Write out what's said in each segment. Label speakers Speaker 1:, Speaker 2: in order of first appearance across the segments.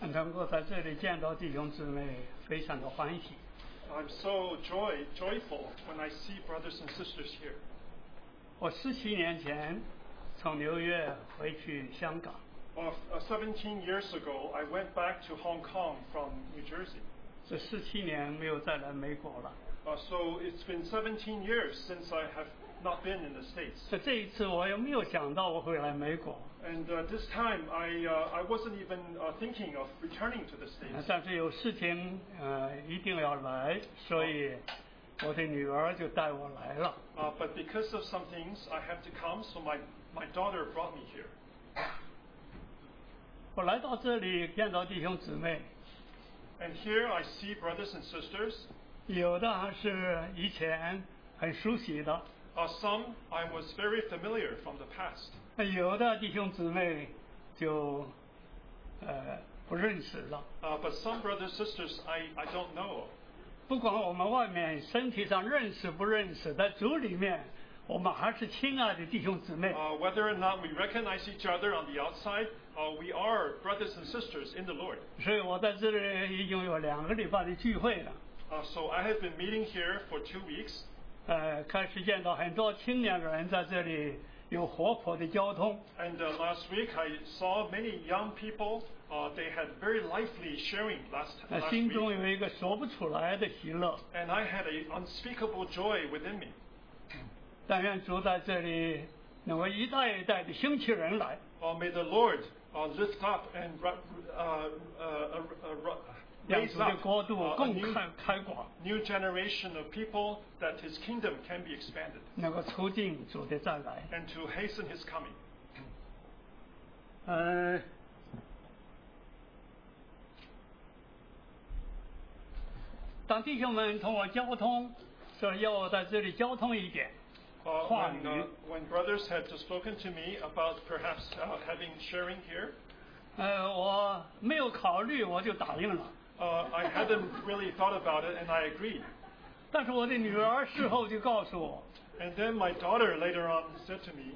Speaker 1: 很能够在这里见到弟兄姊妹，非常的欢喜。
Speaker 2: I'm so joy, joyful when I see brothers and sisters here.
Speaker 1: 我十七年前从纽约回去香港，
Speaker 2: Well, uh, 17 years ago, I went back to Hong Kong from New Jersey.
Speaker 1: 这十七年没有再来美国了。
Speaker 2: Uh, so it's been 17 years since I have not been in the States.
Speaker 1: 所以这一次我也没有想到我会来美国，
Speaker 2: And uh, this time, I, uh, I wasn't even uh, thinking of returning to the
Speaker 1: 呃
Speaker 2: States.
Speaker 1: 但是有事情呃一定要来，所以我的女儿就带我来了。
Speaker 2: Uh, but because of some things, I had to come, so my, my daughter brought me here.
Speaker 1: 我来到这里见到弟兄姊妹，
Speaker 2: And here I see brothers and sisters.
Speaker 1: 有的还是以前很熟悉的，
Speaker 2: Uh, some I was very familiar from the past.
Speaker 1: 那有的弟兄姊妹就呃不认识了。
Speaker 2: Uh, but some brothers and sisters I, I don't know.
Speaker 1: 不管我们外面身体上认识不认识，在主里面，我们还是亲爱的弟兄姊妹。
Speaker 2: Uh, whether or not we recognize each other on the outside, uh, we are brothers and sisters in the Lord.
Speaker 1: 所以我在这里已经有两个礼拜的聚会了，
Speaker 2: Uh, so I have been meeting here for two weeks.
Speaker 1: 呃，开始见到很多青年人在这里有活泼的交通，
Speaker 2: And uh, last week I saw many young people. Uh, they had very lively sharing last,
Speaker 1: 呃，
Speaker 2: last
Speaker 1: 心
Speaker 2: week.
Speaker 1: 中有一个说不出来的喜乐。
Speaker 2: And I had an unspeakable joy within me.
Speaker 1: 但愿主在这里能够一代一代的兴起人来，
Speaker 2: Uh, may the Lord uh, lift up and ra- uh, uh, uh, ra-
Speaker 1: 让
Speaker 2: raise
Speaker 1: 主的
Speaker 2: up
Speaker 1: 国度
Speaker 2: uh, a
Speaker 1: 更
Speaker 2: new,
Speaker 1: 开开广，
Speaker 2: new generation of people that His kingdom can be expanded
Speaker 1: 能够促进主的再来。
Speaker 2: and to hasten His coming.
Speaker 1: 呃，当弟兄们同我交通，说要我在这里交通一点，
Speaker 2: Uh,
Speaker 1: 话
Speaker 2: when,
Speaker 1: 语
Speaker 2: uh,，when brothers had spoken to me about perhaps uh, having sharing here,
Speaker 1: 呃，我没有考虑，我就答应了。
Speaker 2: uh, I hadn't really thought about it and I agreed.
Speaker 1: 但是我的女儿事后就告诉我，
Speaker 2: And then my daughter later on said to me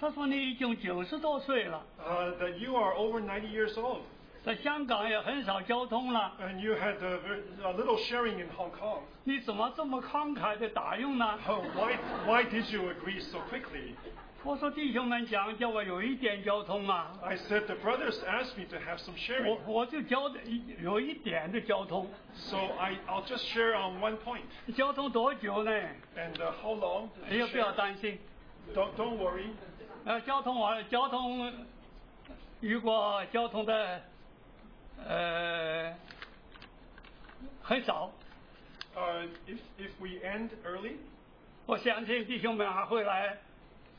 Speaker 1: 她说你已经九十多岁了，
Speaker 2: uh, that you are over 90 years old
Speaker 1: 在香港也很少交通了，
Speaker 2: and you had a, very, a little sharing in Hong Kong.
Speaker 1: 你怎么这么慷慨的答应呢？
Speaker 2: Oh, why, why did you agree so quickly?
Speaker 1: 我说弟兄们讲叫我有一点交通啊，
Speaker 2: I said the brothers asked me to have some sharing,
Speaker 1: 我我就交的一有一点的交通，
Speaker 2: so I, I'll just share on one point.
Speaker 1: 交通多久呢？
Speaker 2: And uh, how long?
Speaker 1: 哎
Speaker 2: did
Speaker 1: 呀
Speaker 2: you，
Speaker 1: 不要
Speaker 2: share?
Speaker 1: 担心，
Speaker 2: Don't, don't worry.
Speaker 1: 呃，交通完交通，如果交通的呃很少，
Speaker 2: Uh, if, if we end early,
Speaker 1: 我相信弟兄们还啊会来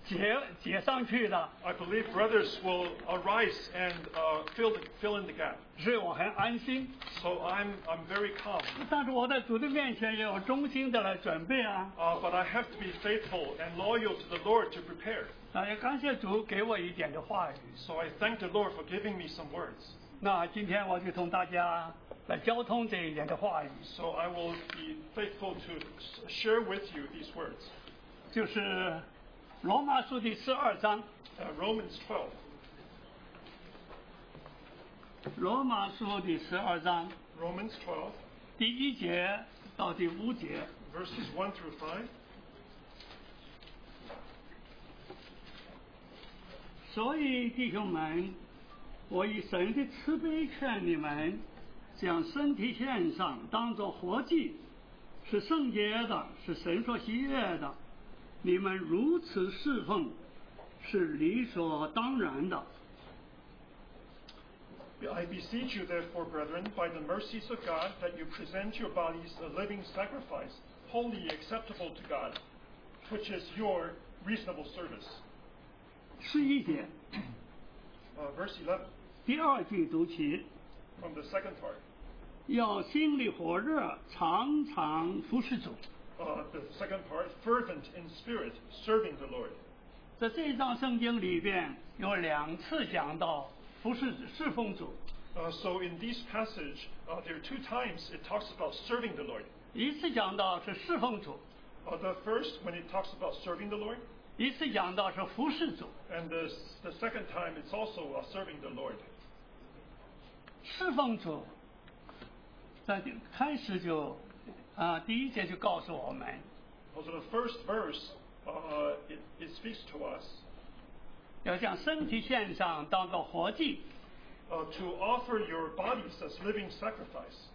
Speaker 1: 接接上去的，
Speaker 2: I believe brothers will arise and uh, fill, the, fill in the gap.
Speaker 1: 所以我很安心。
Speaker 2: So I'm, I'm very calm.
Speaker 1: 但是我在主的面前也要忠心的来准备啊，
Speaker 2: Uh, but I have to be faithful and loyal to the Lord to prepare.
Speaker 1: 啊，也感谢主给我一点的话语。
Speaker 2: So I thank the Lord for giving me some words.
Speaker 1: 那今天我就同大家来交通这一点的话语，
Speaker 2: So I will be faithful to s- share with you these words.
Speaker 1: 就是罗马书第十二章，
Speaker 2: Uh, Romans 12.
Speaker 1: 罗马书第十二章
Speaker 2: Romans 12,
Speaker 1: 第一节到第五节，
Speaker 2: verses 1 through 5.
Speaker 1: 所以弟兄们，我以神的慈悲劝你们，将身体献上，当作活祭，是圣洁的，是神所喜悦的。你们如此侍奉，是理所当然的。
Speaker 2: I beseech you, therefore, brethren, by the mercies of God, that you present your bodies a living sacrifice, wholly acceptable to God, which is your reasonable service.
Speaker 1: 十一节，
Speaker 2: Uh, verse 11,
Speaker 1: 第二句读起。
Speaker 2: from the second part.
Speaker 1: 要心里火热，常常服侍主。
Speaker 2: Uh, the second part, fervent in spirit, serving the Lord.
Speaker 1: 在这一章圣经里边有两次讲到服侍侍奉主，
Speaker 2: Uh, so in this passage, uh, there are two times it talks about serving the Lord.
Speaker 1: 一次讲到是侍奉主，
Speaker 2: Uh, the first, when it talks about serving the Lord,
Speaker 1: 一次讲到是服侍主。
Speaker 2: and the, s- the second time, it's also uh, serving the Lord.
Speaker 1: 侍奉主，在开始就啊第一节就告诉我们，
Speaker 2: Also, the first verse, uh, it, it speaks to us
Speaker 1: 要将身体献上当做活祭，
Speaker 2: uh, to offer your bodies as living sacrifice.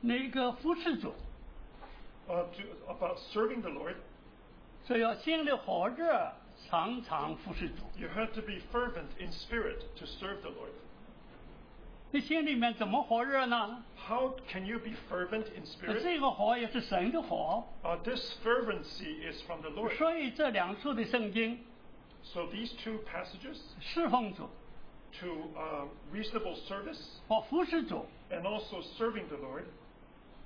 Speaker 1: 那个服侍主，
Speaker 2: Uh, to, about serving the Lord,
Speaker 1: 所以要心里活着，常常服侍主。
Speaker 2: you have to be fervent in spirit to serve the Lord.
Speaker 1: 你心里面怎么活着呢？
Speaker 2: How can you be fervent in
Speaker 1: 那
Speaker 2: spirit?
Speaker 1: 这个火也是神的火，
Speaker 2: Uh, this fervency is from the Lord.
Speaker 1: 所以这两处的圣经
Speaker 2: So these two passages
Speaker 1: 侍奉主
Speaker 2: to uh, reasonable service
Speaker 1: 和服侍主
Speaker 2: and also serving the Lord,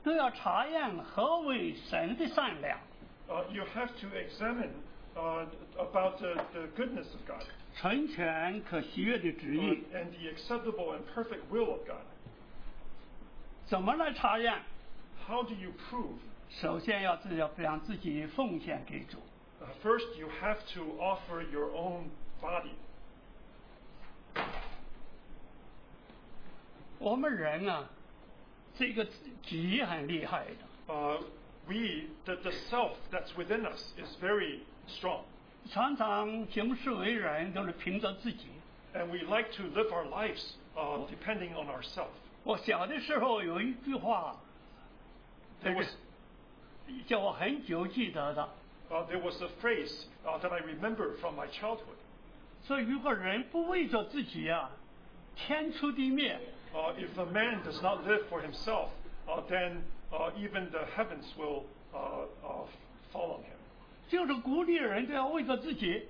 Speaker 1: 都要查验何为神的善良、
Speaker 2: uh, you have to examine uh, about the, the goodness of God
Speaker 1: 纯全可喜悦的旨
Speaker 2: uh,
Speaker 1: 意。
Speaker 2: and the acceptable and perfect will of God.
Speaker 1: 怎么来查验？
Speaker 2: How do you prove?
Speaker 1: 首先要自要让自己奉献给主。
Speaker 2: Uh, first, you have to offer your own body.
Speaker 1: 我们人啊，这个己很厉害的，
Speaker 2: Uh, we, the, the self that's within us, is very strong,
Speaker 1: 常常行事为人都是凭着自己。
Speaker 2: and we like to live our lives uh, depending on ourselves.
Speaker 1: 我小的时候有一句话，
Speaker 2: There was,
Speaker 1: 叫我很久记得的，
Speaker 2: uh, there was a phrase uh, that I remember from my childhood.
Speaker 1: 说如果人不为着自己啊，天诛地灭。
Speaker 2: Uh, if a man does not live for himself, uh, then uh, even the heavens will uh, uh, fall on him.
Speaker 1: 就是鼓励人都要为着自己。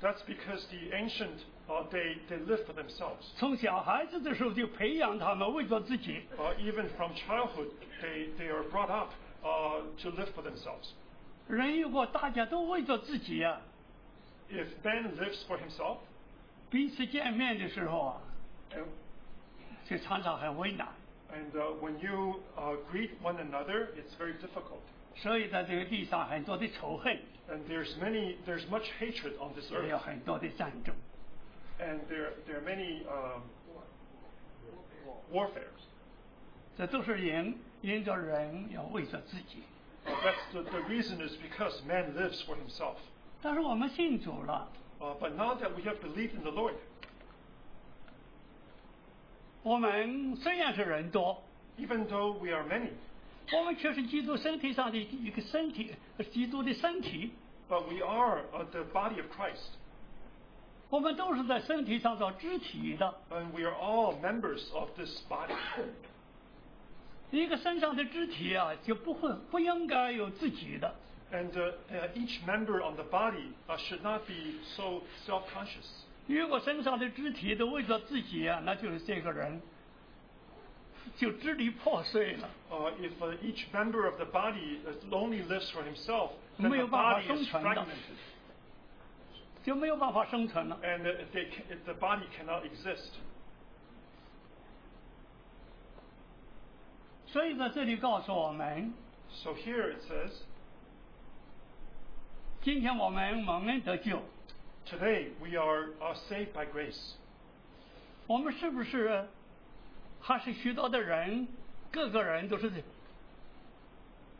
Speaker 2: That's because the ancient, uh, they, they live for themselves.
Speaker 1: 从小孩子的时候就培养他们为着自己，
Speaker 2: Uh, even from childhood, they, they are brought up uh, to live for themselves.
Speaker 1: 人如果大家都为着自己啊，
Speaker 2: If man lives for himself,
Speaker 1: 彼此见面的时候啊，
Speaker 2: and,
Speaker 1: 就常常很为难。
Speaker 2: and uh, when you uh, greet one another, it's very difficult.
Speaker 1: 所以在这个地上很多的仇恨，
Speaker 2: And there's many, there's much hatred on this
Speaker 1: 也有
Speaker 2: earth,
Speaker 1: 很多的战争。
Speaker 2: and there, there are many um, warfares.
Speaker 1: 这都是人因着人要为着自己。
Speaker 2: Uh, that's the, the reason is because man lives for himself.
Speaker 1: 但是我们信主了，
Speaker 2: Uh, but now that we have believed in the Lord,
Speaker 1: 我们虽然是人多，
Speaker 2: even though we are many,
Speaker 1: 我们却是基督身体上的一个身体，基督的身体，
Speaker 2: but we are uh, the body of Christ,
Speaker 1: 我们都是在身体上做肢体的。
Speaker 2: and we are all members of this body.
Speaker 1: 一个身上的肢体啊，就不会不应该有自己的，
Speaker 2: And uh, uh, each member on the body uh, should not be so self-conscious.
Speaker 1: 如果身上的肢体都为着自己啊，那就是这个人就支离破碎了，
Speaker 2: Uh, if uh, each member of the body uh, only lives for himself, then the
Speaker 1: 没有办法
Speaker 2: body is
Speaker 1: 生存的。
Speaker 2: fragmented,
Speaker 1: 就没有办法生存了。
Speaker 2: and uh, they ca- the body cannot exist.
Speaker 1: 所以在这里告诉我们，
Speaker 2: So here it says,
Speaker 1: 今天我们蒙恩得救，
Speaker 2: today we are uh, saved by grace.
Speaker 1: 我们是不是还是许多的人，个个人都是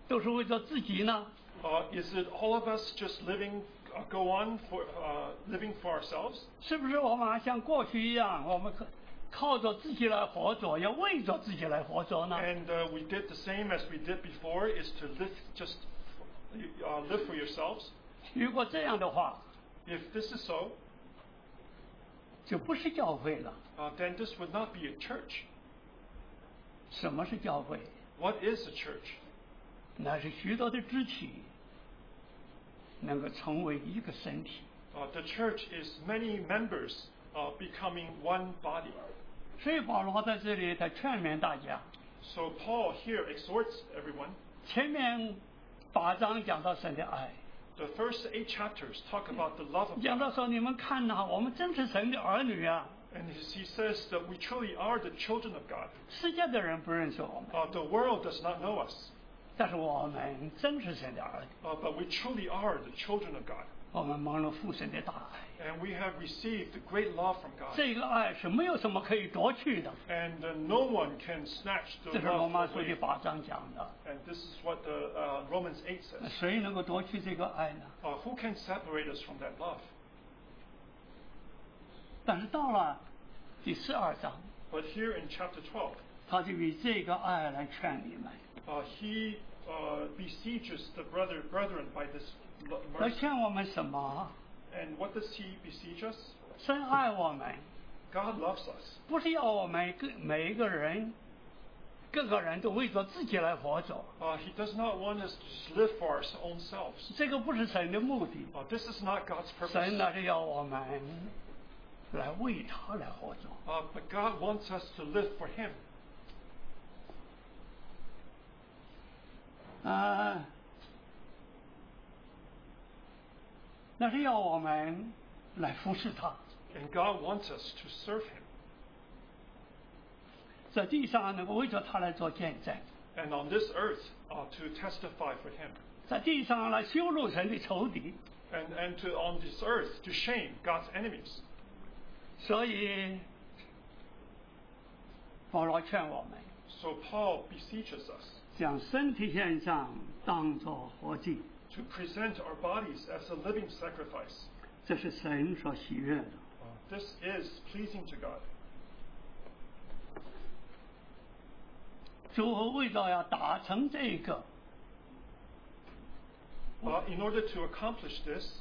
Speaker 1: 都是为着自己呢？
Speaker 2: Uh, is it all of us just living, uh, go on for uh, living for ourselves?
Speaker 1: 是不是我们还像过去一样，我们靠靠着自己来活着，要为着自己来活着呢？
Speaker 2: And uh, we did the same as we did before, is to live just uh, live for yourselves.
Speaker 1: 如果这样的话，
Speaker 2: If this is so,
Speaker 1: 就不是教会了。
Speaker 2: uh, then this would not be a church.
Speaker 1: 什么是教会？
Speaker 2: What is a church?
Speaker 1: 那是许多的肢体能够成为一个身体，
Speaker 2: Uh, the church is many members uh, becoming one body.
Speaker 1: 所以保罗在这里他劝勉大家。
Speaker 2: So Paul here exhorts everyone.
Speaker 1: 前面八章讲到神的爱，
Speaker 2: The first eight chapters talk about the love of
Speaker 1: 讲
Speaker 2: God,
Speaker 1: 到说你们看呐、我们真是神的儿女啊！
Speaker 2: and he says that we truly are the children of God.
Speaker 1: 世界的人不认识我们，
Speaker 2: Uh, the world does not know us.
Speaker 1: 但是我们真是神的儿女，
Speaker 2: Uh, but we truly are the children of God.
Speaker 1: 我们蒙了父神的大爱。
Speaker 2: And we have received the great love from God.
Speaker 1: 这个爱是没有什么可以夺去的，
Speaker 2: And uh, no one can snatch the
Speaker 1: 这是罗
Speaker 2: love
Speaker 1: 马书
Speaker 2: away.
Speaker 1: 第八章讲的。
Speaker 2: And this is what the, uh, Romans 8 says.
Speaker 1: 谁能够夺去这个爱呢？
Speaker 2: Uh, who can separate us from that love?
Speaker 1: 但是到了第十二章，
Speaker 2: But here in chapter 12,
Speaker 1: 他就以这个爱来劝你们，
Speaker 2: uh, he uh, besieges the brother, brethren by this lo-
Speaker 1: 来
Speaker 2: mercy.
Speaker 1: 劝我们什么？
Speaker 2: And what does he besiege us?
Speaker 1: 深爱我们，
Speaker 2: God loves us.
Speaker 1: 不是要我们各每一个人，各个人都为着自己来活着，
Speaker 2: Uh, he does not want us to just live for our own selves.
Speaker 1: 这个不是神的目的。
Speaker 2: Uh, this is not God's
Speaker 1: 神
Speaker 2: purpose.
Speaker 1: 呢是要我们来为他来活着。
Speaker 2: Uh, but God wants us to live for Him.
Speaker 1: 啊，那是要我们来服侍他，
Speaker 2: And God wants us to serve Him.
Speaker 1: 在地上能够为着他来做见证，
Speaker 2: And on this earth, uh, to testify for Him.
Speaker 1: 在地上来羞辱神的仇敌。
Speaker 2: And, and to, on this earth, to shame God's enemies.
Speaker 1: 所以，保罗劝我们，
Speaker 2: So Paul beseeches us
Speaker 1: 将身体献上，当作活祭，
Speaker 2: to present our bodies as a living sacrifice.
Speaker 1: 这是神所喜悦的。
Speaker 2: This is pleasing to God.
Speaker 1: 主为了要达成这个，
Speaker 2: Uh, in order to accomplish this,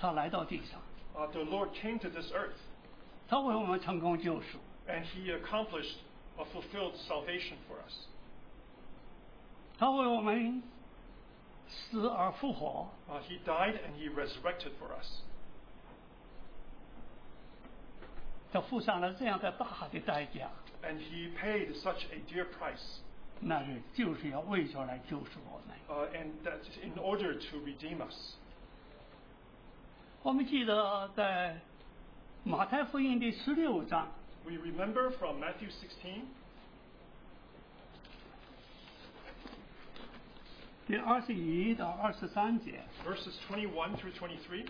Speaker 1: 他来到地上，
Speaker 2: uh, the Lord came to this earth
Speaker 1: 他为我们成功救赎。
Speaker 2: and He accomplished a fulfilled salvation for us.
Speaker 1: 他为我们死而复活，
Speaker 2: Uh, he died and He resurrected for us.
Speaker 1: 他付上了这样的大的代价，
Speaker 2: And He paid such a dear price,
Speaker 1: 那是就是要为着来救赎我们。
Speaker 2: uh, and that is in order to redeem us.
Speaker 1: 我们记得在马太福音第十六章，
Speaker 2: We remember from Matthew 16,
Speaker 1: 第二十一到二十三节，
Speaker 2: verses 21 through 23.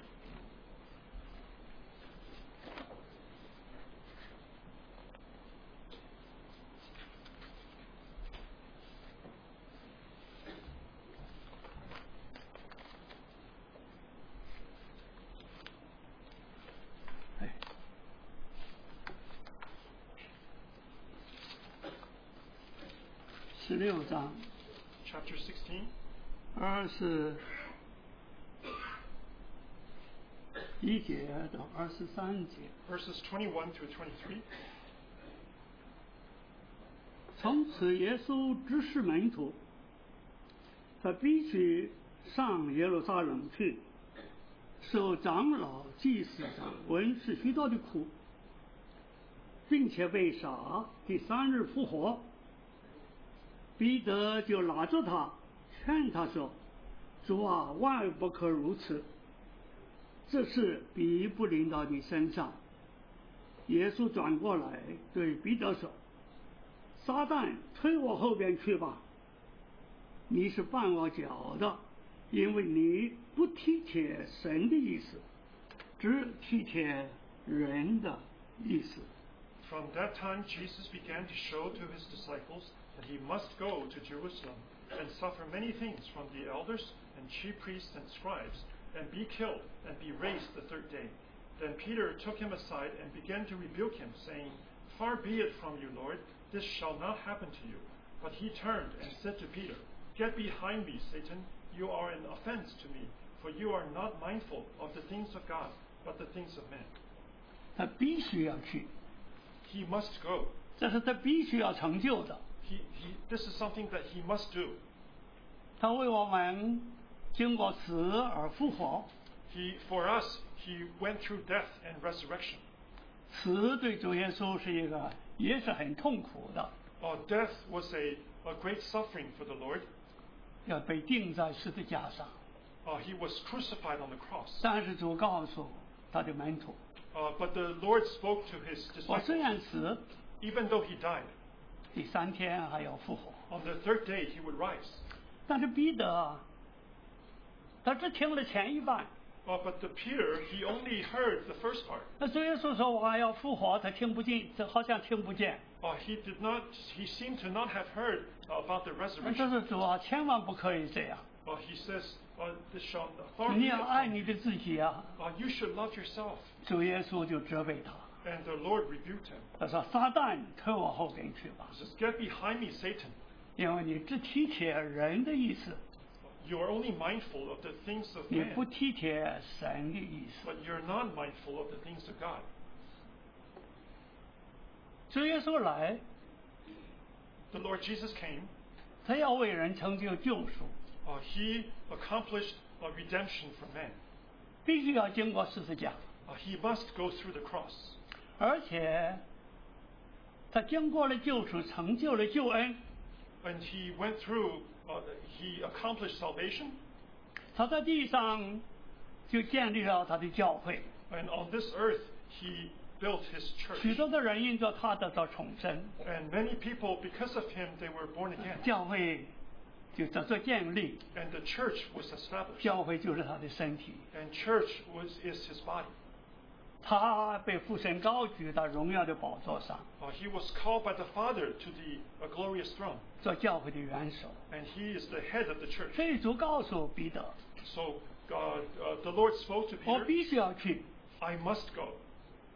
Speaker 1: 哎，十六章
Speaker 2: Chapter 16,
Speaker 1: 二十一节到二十三节。
Speaker 2: verses 21 through 23.
Speaker 1: 从此，耶稣指示门徒，他必须上耶路撒冷去，受长老、祭司长、文士许多的苦，并且被杀，第三日复活。彼得就拿着他，劝他说：“主啊，万不可如此，这事必不临到你身上。”耶稣转过来对彼得说。撒旦推我后边去吧，你是绊我脚的，因为你不体贴神的意思，只体贴人的意思。
Speaker 2: From that time, Jesus began to show to his disciples that he must go to Jerusalem and suffer many things from the elders and chief priests and scribes, and be killed and be raised the third day. Then Peter took him aside and began to rebuke him, saying, Far be it from you, Lord, this shall not happen to you. But he turned and said to Peter, Get behind me, Satan, you are an offense to me, for you are not mindful of the things of God, but the things of men.
Speaker 1: 他必须要去，
Speaker 2: He must go.
Speaker 1: 这是他必须要成就的。
Speaker 2: He, he, this is something that he must do.
Speaker 1: 他为我们经过死而复活，
Speaker 2: He, for us, he went through death and resurrection.
Speaker 1: 死对主耶稣是一个也是很痛苦的，
Speaker 2: Uh, death was a, a great suffering for the Lord.
Speaker 1: 要被钉在十字架上。
Speaker 2: Uh, he was crucified on the cross.
Speaker 1: 但是主告诉他的门徒
Speaker 2: Uh, but the Lord spoke to his：“
Speaker 1: 我虽
Speaker 2: disciples,
Speaker 1: 然死，
Speaker 2: even though he died.
Speaker 1: 第三天还要复活。”
Speaker 2: On the third day he would rise.
Speaker 1: 但是彼得啊，他只听了前一半，
Speaker 2: Uh, but the Peter, he only heard the first part.
Speaker 1: 那主耶稣说我要复活，他听不进，这好像听不见。
Speaker 2: Uh, he did not, he seemed to not have heard uh, about the
Speaker 1: 这
Speaker 2: resurrection.
Speaker 1: 是主啊，千万不可以这样。
Speaker 2: Uh, he says, uh, this shall authority
Speaker 1: 你要
Speaker 2: have
Speaker 1: 爱
Speaker 2: come.
Speaker 1: 你的自己啊！
Speaker 2: uh, you should love yourself.
Speaker 1: 主耶稣就责备他，
Speaker 2: And the Lord rebuked him.
Speaker 1: 他说：“撒旦，你退我后跟去吧
Speaker 2: He，says, get behind me, Satan.
Speaker 1: 因为你只体贴人的意思，
Speaker 2: You are only mindful of the things of
Speaker 1: 你
Speaker 2: man,
Speaker 1: 不体贴神的意思。
Speaker 2: but you're not mindful of the things of God. ”
Speaker 1: 主耶稣来，
Speaker 2: The Lord Jesus came.
Speaker 1: 他要为人成就救赎，
Speaker 2: Uh, he accomplished a redemption for man.
Speaker 1: 必须要经过十字架，
Speaker 2: Uh, he must go through the cross.
Speaker 1: 而且他经过了救赎，成就了救恩。
Speaker 2: And he went through, uh, he accomplished salvation.
Speaker 1: 他在地上就建立了他的教会，
Speaker 2: And on this earth, he built his
Speaker 1: 许
Speaker 2: church.
Speaker 1: 多的人因着他得到重生，
Speaker 2: And many people, because of him, they were born again.
Speaker 1: 教会就得到建立，
Speaker 2: And the church was established.
Speaker 1: 教会就是他的身体。
Speaker 2: And church was, is his body.
Speaker 1: 他被父神高举到荣耀的宝座上，
Speaker 2: Uh, he was called by the Father to the uh, glorious throne.
Speaker 1: 做教会的元首。
Speaker 2: And he is the head of the church.
Speaker 1: 所以主告诉彼得
Speaker 2: So God, uh, the Lord spoke to：“ Peter,
Speaker 1: 我必须要去，
Speaker 2: I must go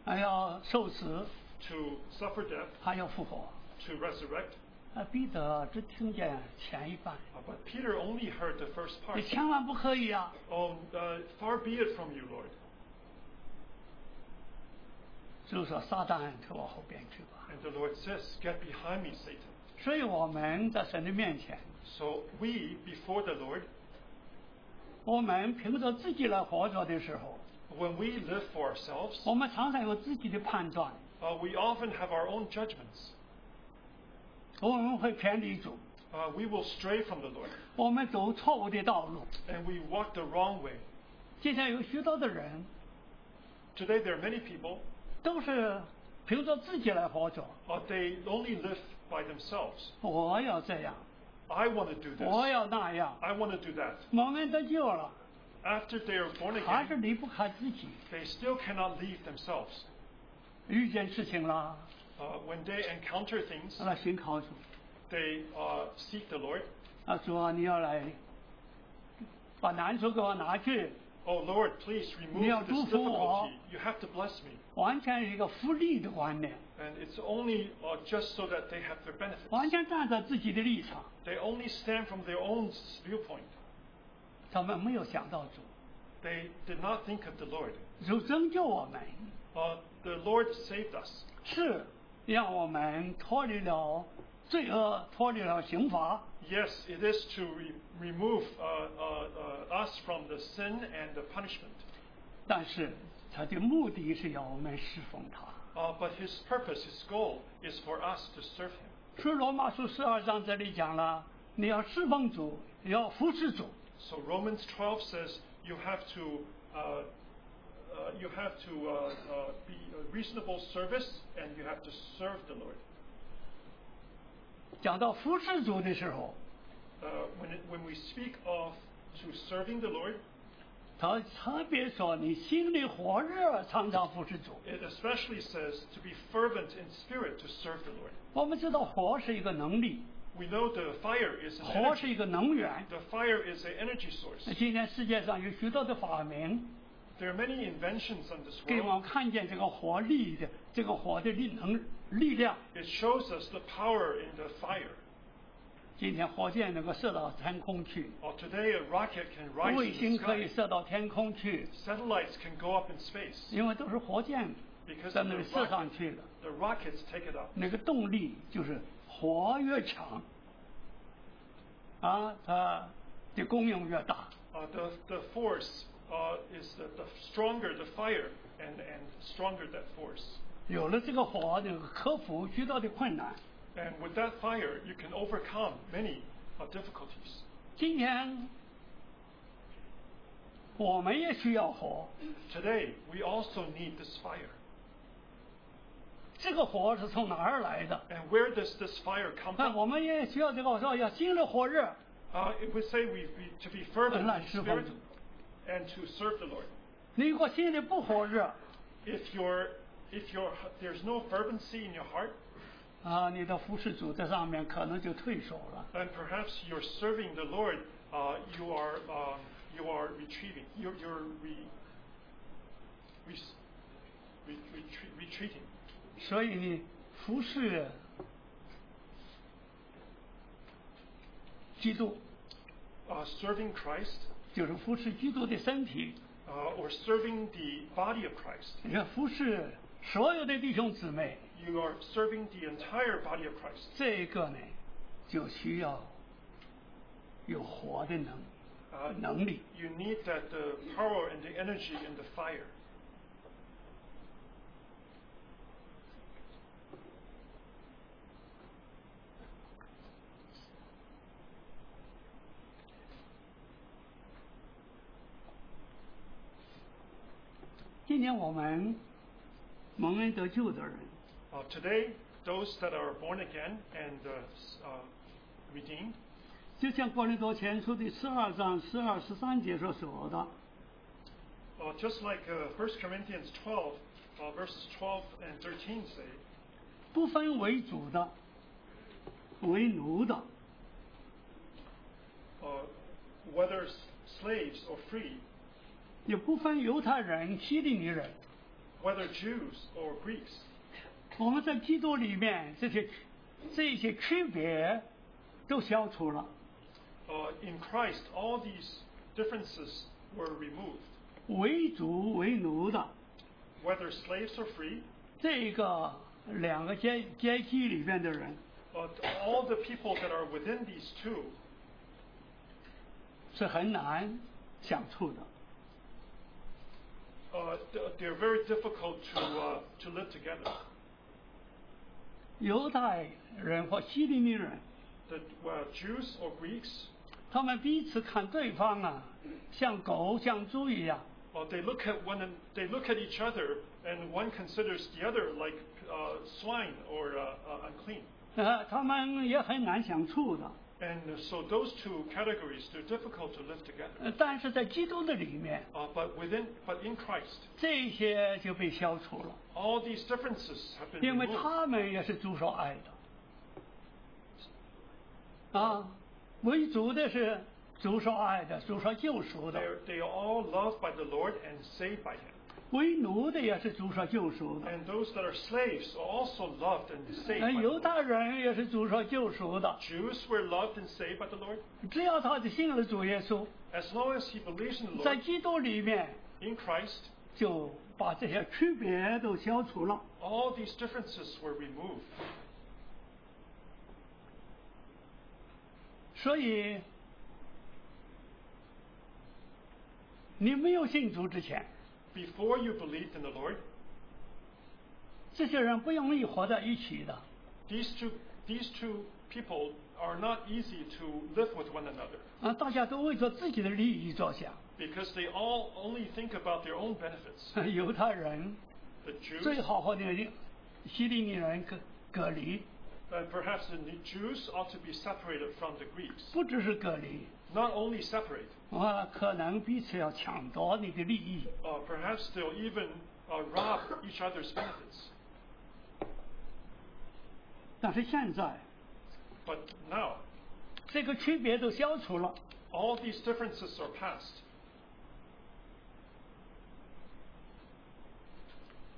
Speaker 1: 还要受死，
Speaker 2: to suffer death,
Speaker 1: 还要复活。
Speaker 2: to resurrect. ”
Speaker 1: 啊，彼得只听见前一半，
Speaker 2: Uh, but Peter only heard the first part.
Speaker 1: 你千万不可以啊！
Speaker 2: Oh, uh, far be it from you, Lord.
Speaker 1: 就说撒旦退我后边去吧。
Speaker 2: And the Lord says, Get behind me, Satan.
Speaker 1: 所以我们在神的面前，
Speaker 2: So we, before the Lord,
Speaker 1: 我们凭着自己来活着的时候，
Speaker 2: when we live for ourselves,
Speaker 1: 我们常常有自己的判断，
Speaker 2: uh, we often have our own judgments.
Speaker 1: 我们会偏离主，
Speaker 2: Uh, we will stray from the Lord,
Speaker 1: 我们走错误的道路。
Speaker 2: and we walk the wrong way.
Speaker 1: 现在有许多的人
Speaker 2: Today, there are many people,
Speaker 1: 都是凭着自己来活着。
Speaker 2: uh, they only live by themselves.
Speaker 1: 我要这样，
Speaker 2: I want to do this.
Speaker 1: 我要那样。
Speaker 2: I want to do that.
Speaker 1: 我们得救了，
Speaker 2: After they are born
Speaker 1: 还是
Speaker 2: again,
Speaker 1: 离不开自己。
Speaker 2: they still cannot leave themselves.
Speaker 1: 遇见事情啦，
Speaker 2: Uh, when they encounter things,
Speaker 1: 来寻考主
Speaker 2: they uh, seek the Lord.
Speaker 1: 啊，主啊，你要来把难处给我拿去，
Speaker 2: Oh Lord, please remove this
Speaker 1: 你要祝福我。
Speaker 2: difficulty. You have to bless me.
Speaker 1: 完全是一个福利的观念，
Speaker 2: And it's only uh, just so that they have their benefits.
Speaker 1: 完全站在自己的立场，
Speaker 2: They only stand from their own s- viewpoint.
Speaker 1: 他们没有想到主，
Speaker 2: They did not think of the Lord.
Speaker 1: 主拯救我们，
Speaker 2: Uh, the Lord saved us.
Speaker 1: 是让我们脱离了罪恶，脱离了刑罚，
Speaker 2: Yes, it is to re- remove uh, uh, uh, us from the sin and the punishment.
Speaker 1: 但是他的目的是要我们侍奉他。
Speaker 2: Uh, but his purpose, his goal, is for us to serve him.
Speaker 1: 所以罗马书十二章这里讲了，你要侍奉主，你要服侍主，
Speaker 2: So Romans 12 says you have to uh, uh, you have to uh, uh, be a reasonable service and you have to serve the Lord.
Speaker 1: 讲到服侍主的时候，
Speaker 2: Uh, when it, when we speak of to serving the Lord,
Speaker 1: 他特别说你心里火热，常常服侍主。
Speaker 2: it especially says to be fervent in spirit to serve the Lord.
Speaker 1: 我们知道火是一个能力，
Speaker 2: We know the fire is an
Speaker 1: 火是
Speaker 2: energy.
Speaker 1: 一个能源。
Speaker 2: The fire is an energy source.
Speaker 1: 今天世界上有许多的发明，
Speaker 2: There are many inventions on this
Speaker 1: 给我们
Speaker 2: world.
Speaker 1: 看见这个火力的这个火的力能力量。
Speaker 2: It shows us the power in the fire.
Speaker 1: 今天火箭能够射到天空去，
Speaker 2: Well, today a rocket can rise
Speaker 1: 卫
Speaker 2: in
Speaker 1: 星
Speaker 2: the
Speaker 1: 可以
Speaker 2: sky.
Speaker 1: 射到天空去，
Speaker 2: Satellites can go up in space.
Speaker 1: 因为都是火箭
Speaker 2: Because
Speaker 1: 在
Speaker 2: of
Speaker 1: 那
Speaker 2: the,
Speaker 1: 里射
Speaker 2: rocket,
Speaker 1: 上去了。
Speaker 2: the rockets take it up.
Speaker 1: 那个动力就是火越强，啊，它的功用越大。
Speaker 2: Uh, the, the force uh, is the, the stronger the fire, and, and stronger that force.
Speaker 1: 有了这个火，能克服遇到的困难。
Speaker 2: And with that fire, you can overcome many uh, difficulties.
Speaker 1: 今天我们也需要火，
Speaker 2: Today, we also need this fire.
Speaker 1: 这个火是从哪儿来的？
Speaker 2: And where does this fire come
Speaker 1: 那
Speaker 2: from?
Speaker 1: 我们也需要这个说要经历火热，
Speaker 2: Uh, it would say we, we to be fervent
Speaker 1: 本
Speaker 2: in the
Speaker 1: 来是
Speaker 2: spirit
Speaker 1: 火热。
Speaker 2: and to serve the Lord.
Speaker 1: 你如果心里不火热，
Speaker 2: If your if your there's no fervency in your heart,
Speaker 1: 啊，你的服侍主在上面可能就退守了。
Speaker 2: then perhaps you're serving the Lord. Uh, you are um, you are retrieving. You're you're re, re, re, retreat, retreating.
Speaker 1: 所以你服侍基督，
Speaker 2: Uh, serving Christ
Speaker 1: 就是服侍基督的身体，
Speaker 2: uh, or serving the body of Christ.
Speaker 1: 也服侍所有的弟兄姊妹。
Speaker 2: You are serving the entire body of Christ.
Speaker 1: 这个呢，就需要有活的能呃
Speaker 2: Uh,
Speaker 1: 能力。
Speaker 2: you need that the power and the energy and the fire.
Speaker 1: 今天我们蒙恩得救的人，
Speaker 2: Uh, today, those that are born again and uh, s- uh, redeemed,
Speaker 1: 就像哥林多前书第十二章十二十三节所说的，
Speaker 2: uh, just like uh, 1 Corinthians 12, uh, verses 12 and 13 say,
Speaker 1: 不分为主的，为奴的，
Speaker 2: uh, whether s- slaves or free,
Speaker 1: 也不分犹太人、希利尼人。
Speaker 2: whether Jews or Greeks,
Speaker 1: 我们在基督里面这些这些区别都消除了，
Speaker 2: uh, in Christ, all these differences were removed.
Speaker 1: 为主为奴的
Speaker 2: Whether slaves or free,
Speaker 1: 这个两个阶阶级里面的人
Speaker 2: uh, all the people that are within these two
Speaker 1: 是很难相处的。
Speaker 2: uh, th- they're very difficult to uh, to live together.
Speaker 1: 犹太人或希利尼人，
Speaker 2: The well, Jews or Greeks,
Speaker 1: 他们彼此看对方啊，像狗像猪一样，
Speaker 2: uh, they look at one an- they look at each other, and one considers the other like uh, swine or uh, uh, unclean.
Speaker 1: 呃，他们也很难相处的。
Speaker 2: And so those two categories, they're difficult to live together.
Speaker 1: 呃但是在基督的里面，
Speaker 2: Uh, but within, but in Christ,
Speaker 1: 这些就被消除了，
Speaker 2: all these differences have been
Speaker 1: 因为
Speaker 2: removed
Speaker 1: 他们也是主所爱的。啊，为主的是主所爱的，主所救赎的；
Speaker 2: They're, they are all loved by the Lord and saved by Him.
Speaker 1: 为奴的也是主所救赎的。
Speaker 2: And those that are slaves are also loved and saved.
Speaker 1: 呃，
Speaker 2: by the
Speaker 1: 犹
Speaker 2: Lord.
Speaker 1: 太人也是主所救赎的，
Speaker 2: Jews were loved and saved by the Lord.
Speaker 1: 只要他的信了主耶稣，
Speaker 2: As long as he believes in the
Speaker 1: 在
Speaker 2: Lord,
Speaker 1: 基督里面
Speaker 2: in Christ,
Speaker 1: 就把这些区别都消除了。
Speaker 2: all these differences were removed.
Speaker 1: 所以，你没有信主之前，
Speaker 2: Before you believed in the Lord,
Speaker 1: 这些人不容易活在一起的。
Speaker 2: these two, these two people are not easy to live with one another
Speaker 1: 啊，大家都为着自己的利益着想。
Speaker 2: because they all only think about their own benefits.
Speaker 1: 犹太人
Speaker 2: The Jews,
Speaker 1: 最好和那个希利尼人隔隔离，
Speaker 2: and uh, perhaps the New- Jews ought to be separated from the Greeks.
Speaker 1: 不只是隔离，
Speaker 2: Not only separate,
Speaker 1: 啊，可能彼此要抢夺你的利益。
Speaker 2: uh, perhaps they'll even uh, rob each other's benefits.
Speaker 1: 但是现在，
Speaker 2: But now,
Speaker 1: 这个区别都消除了，
Speaker 2: all these differences are past.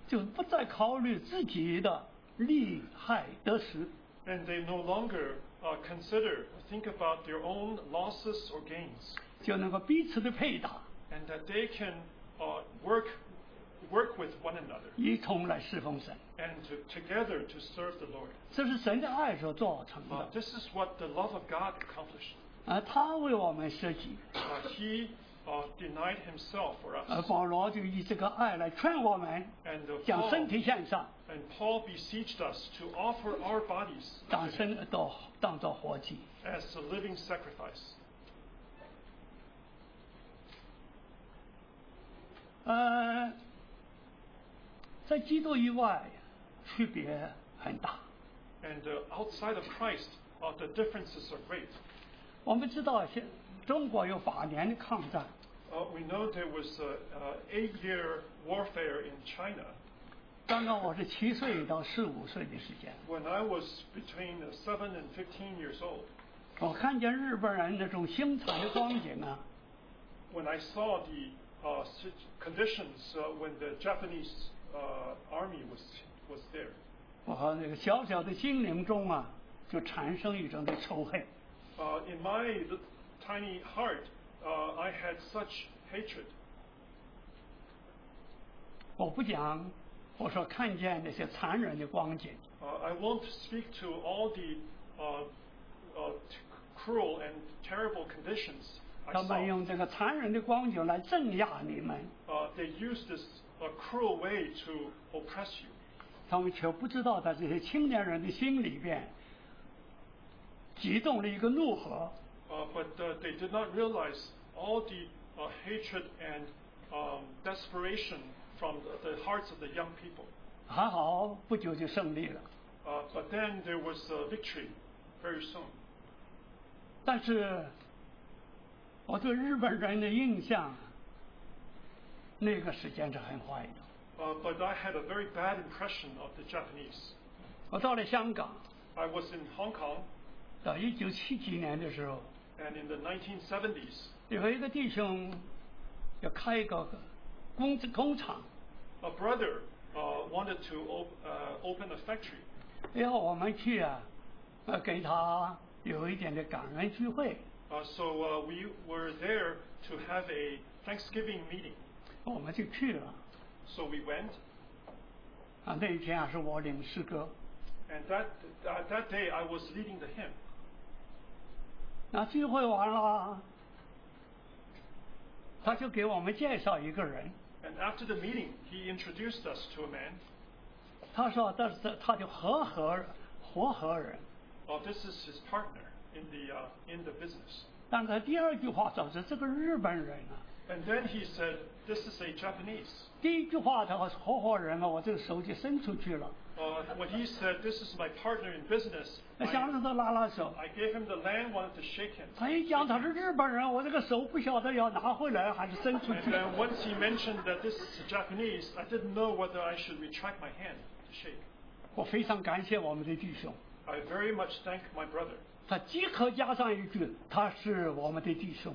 Speaker 1: 就不再考虑自己的利害得失，
Speaker 2: and they no longer uh, consider, think about their own losses or gains,
Speaker 1: 就能够彼此的配搭，
Speaker 2: and that they can uh, work, work with one another
Speaker 1: 一同来侍奉神。
Speaker 2: and to, together to serve the Lord.
Speaker 1: 这是神的爱所造成
Speaker 2: Uh,
Speaker 1: 的，
Speaker 2: this is what the love of God accomplished.
Speaker 1: 而他为我们设计。
Speaker 2: Uh, he uh, denied himself for
Speaker 1: 而
Speaker 2: us.
Speaker 1: 啊保罗就以这个爱来劝我们，
Speaker 2: And, uh,
Speaker 1: 将
Speaker 2: Paul,
Speaker 1: 身体献上，
Speaker 2: and Paul beseeched us to offer our bodies
Speaker 1: 当身当当作活祭。
Speaker 2: as a living sacrifice.
Speaker 1: 呃，在基督以外，区别很大。
Speaker 2: And uh, outside of Christ, uh, the differences are great.
Speaker 1: 我们知道，现中国有八年的抗战，
Speaker 2: Uh, we know there was uh, uh, eight-year warfare in China.
Speaker 1: 刚刚我是七岁到十五岁的时间，
Speaker 2: When I was between uh, 7 and 15 years old,
Speaker 1: 我看见日本人那种凶残的光景啊，
Speaker 2: when I saw the uh, sit- conditions uh, when the Japanese uh, army was, was there,
Speaker 1: 我和那个小小的心灵中啊，就产生一种的仇恨。
Speaker 2: uh, in my little, tiny heart, uh, I had such hatred.
Speaker 1: 我不讲，我说看见那些残忍的光景，
Speaker 2: Uh, I won't speak to all the uh, uh, t- cruel and terrible conditions I
Speaker 1: 他们
Speaker 2: saw.
Speaker 1: 用这个残忍的光景来镇压你们，
Speaker 2: Uh, they used this uh, cruel way to oppress you,
Speaker 1: 他们却不知道在这些青年人的心里边，激动了一个怒火，
Speaker 2: uh, but uh, they did not realize all the uh, hatred and um, desperation from the, the hearts of the young people.
Speaker 1: 还好不久就胜利了。
Speaker 2: Uh, but then there was a victory very soon.
Speaker 1: 但是我对日本人的印象，那个时间是很坏的。
Speaker 2: Uh, but I had a very bad impression of the Japanese.
Speaker 1: 我到了香港，
Speaker 2: I was in Hong Kong,
Speaker 1: 到一九七几年的时候，
Speaker 2: and in the 1970s,
Speaker 1: 有一个弟兄要开一个工工厂，
Speaker 2: a brother uh, wanted to op- uh, open a factory.
Speaker 1: 要我们去啊，呃，给他有一点的感恩聚会。
Speaker 2: Uh, so uh, we were there to have a Thanksgiving meeting.
Speaker 1: 我们就去了。
Speaker 2: So we went,
Speaker 1: 啊，那一天啊是我领诗歌，
Speaker 2: and that uh, that day I was leading the hymn.
Speaker 1: 那聚会完了，他就给我们介绍一个人，
Speaker 2: And after the meeting, he introduced us to a man.
Speaker 1: 他说他是他的合伙合伙人，
Speaker 2: Uh, this is his partner in the uh, in the business.
Speaker 1: 但是他第二句话说是这个日本人啊，
Speaker 2: And then he said, "This is a Japanese."
Speaker 1: 第一句话他说合伙人啊，我这个手就伸出去了，
Speaker 2: Uh, when he said, "This is my partner in business,"
Speaker 1: 那想让
Speaker 2: I,
Speaker 1: 他拉拉手，
Speaker 2: I gave him the land, wanted to shake hands.
Speaker 1: 他一讲他是日本人，我这个手不晓得要拿回来还是伸出
Speaker 2: And
Speaker 1: 去。
Speaker 2: then once he mentioned that this is Japanese, I didn't know whether I should retract my hand to shake.
Speaker 1: 我非常感谢我们的弟兄，
Speaker 2: I very much thank my brother.
Speaker 1: 他即刻加上一句，他是我们的弟兄。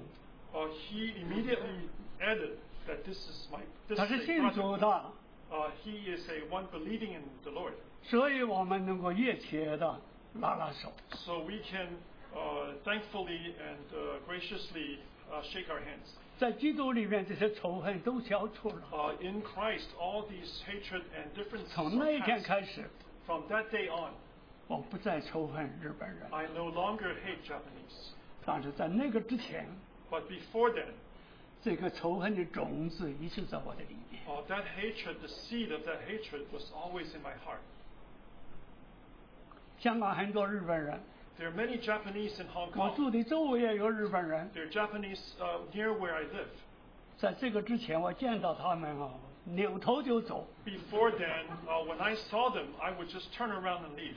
Speaker 2: Uh, he immediately added that this is my
Speaker 1: 他
Speaker 2: this
Speaker 1: 是
Speaker 2: is
Speaker 1: 信
Speaker 2: a
Speaker 1: 主
Speaker 2: brother.
Speaker 1: 的，
Speaker 2: Uh, he is a one believing in the Lord,
Speaker 1: 所以我们能够热切的拉拉手。
Speaker 2: so we can uh, thankfully and uh, graciously uh, shake our hands.
Speaker 1: 在基督里面，这些仇恨都消除了。
Speaker 2: Uh, in Christ, all these hatred and differences
Speaker 1: 从那一
Speaker 2: are
Speaker 1: 天
Speaker 2: past.
Speaker 1: 开始，
Speaker 2: From that day on,
Speaker 1: 我不再仇恨日本人，
Speaker 2: I no longer hate Japanese.
Speaker 1: 但是在那个之前，
Speaker 2: But before then,
Speaker 1: 这个仇恨的种子一直在我的里面。
Speaker 2: uh, that hatred, the seed of that hatred, was always in my heart.
Speaker 1: 香港很多日本人，
Speaker 2: There are many Japanese in Hong
Speaker 1: 我
Speaker 2: Kong.
Speaker 1: 住的周围也有日本人。
Speaker 2: There are Japanese uh, near where I live.
Speaker 1: 在这个之前，我见到他们啊，扭头就走，
Speaker 2: Before then, uh, when I saw them, I would just turn around and leave.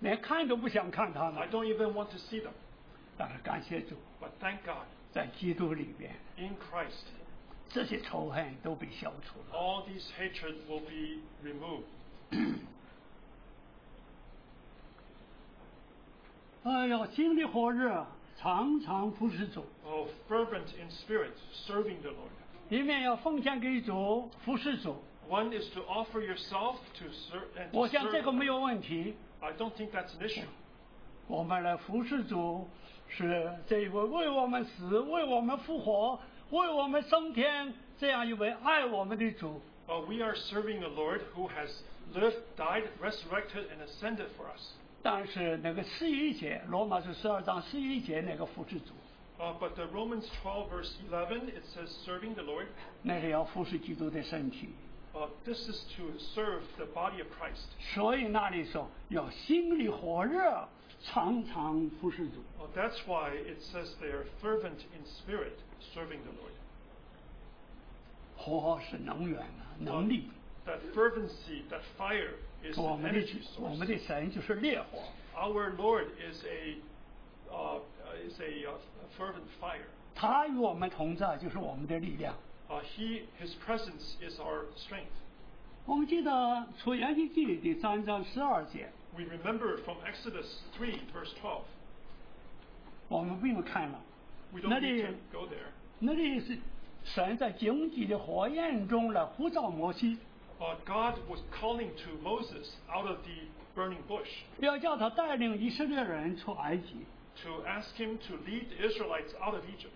Speaker 1: 连看都不想看他
Speaker 2: I
Speaker 1: 们。
Speaker 2: don't even want to see them.
Speaker 1: 但是感谢主，
Speaker 2: But thank God,
Speaker 1: 在基督里边，
Speaker 2: in Christ,
Speaker 1: 这些仇恨都被消除了。
Speaker 2: all these hatred will be removed.
Speaker 1: 哎呀，心里火热，常常服侍主，
Speaker 2: Oh, fervent in spirit, serving the Lord.
Speaker 1: 一面要奉献给主，服侍主。
Speaker 2: One is to offer yourself to serve and
Speaker 1: 我
Speaker 2: to
Speaker 1: 想这
Speaker 2: serve.
Speaker 1: 个没有问题。
Speaker 2: I don't think that's an issue.
Speaker 1: 我们来服侍主，是这一位为我们死、为我们复活、为我们升天这样一位爱我们的主。
Speaker 2: Uh, we are serving the Lord who has lived, died, resurrected, and ascended for us.
Speaker 1: 但是那个十一节，罗马书十二章十一节那个服侍主，
Speaker 2: Uh, but the Romans 12 verse 11, it says serving the Lord.
Speaker 1: 那是要服侍基督的身体。
Speaker 2: Uh, this is to serve the body of Christ.
Speaker 1: 所以那里说要心里火热，常常服侍主。
Speaker 2: Uh, that's why it says they are fervent in spirit, serving the Lord.
Speaker 1: 火是能源啊，能力。
Speaker 2: Uh, that fervency, that fire is
Speaker 1: 我
Speaker 2: an
Speaker 1: 们的
Speaker 2: energy
Speaker 1: 我
Speaker 2: source.
Speaker 1: 们的神就是烈火，
Speaker 2: Our Lord is a uh, is a uh, fervent fire.
Speaker 1: 他与我们同在就是我们的力量。
Speaker 2: Uh, he His presence is our strength.
Speaker 1: 我们记得《出埃及记》第三章十二节，
Speaker 2: We remember from Exodus 3 verse 12.
Speaker 1: 我们不用看了，
Speaker 2: We don't
Speaker 1: Not
Speaker 2: need to
Speaker 1: in-
Speaker 2: go there.
Speaker 1: 那里是神在荆棘的火焰中来呼召摩西，
Speaker 2: Uh, God was calling to Moses out of the burning bush
Speaker 1: 要叫他带领以色列人出埃及。
Speaker 2: to ask him to lead the Israelites out of Egypt.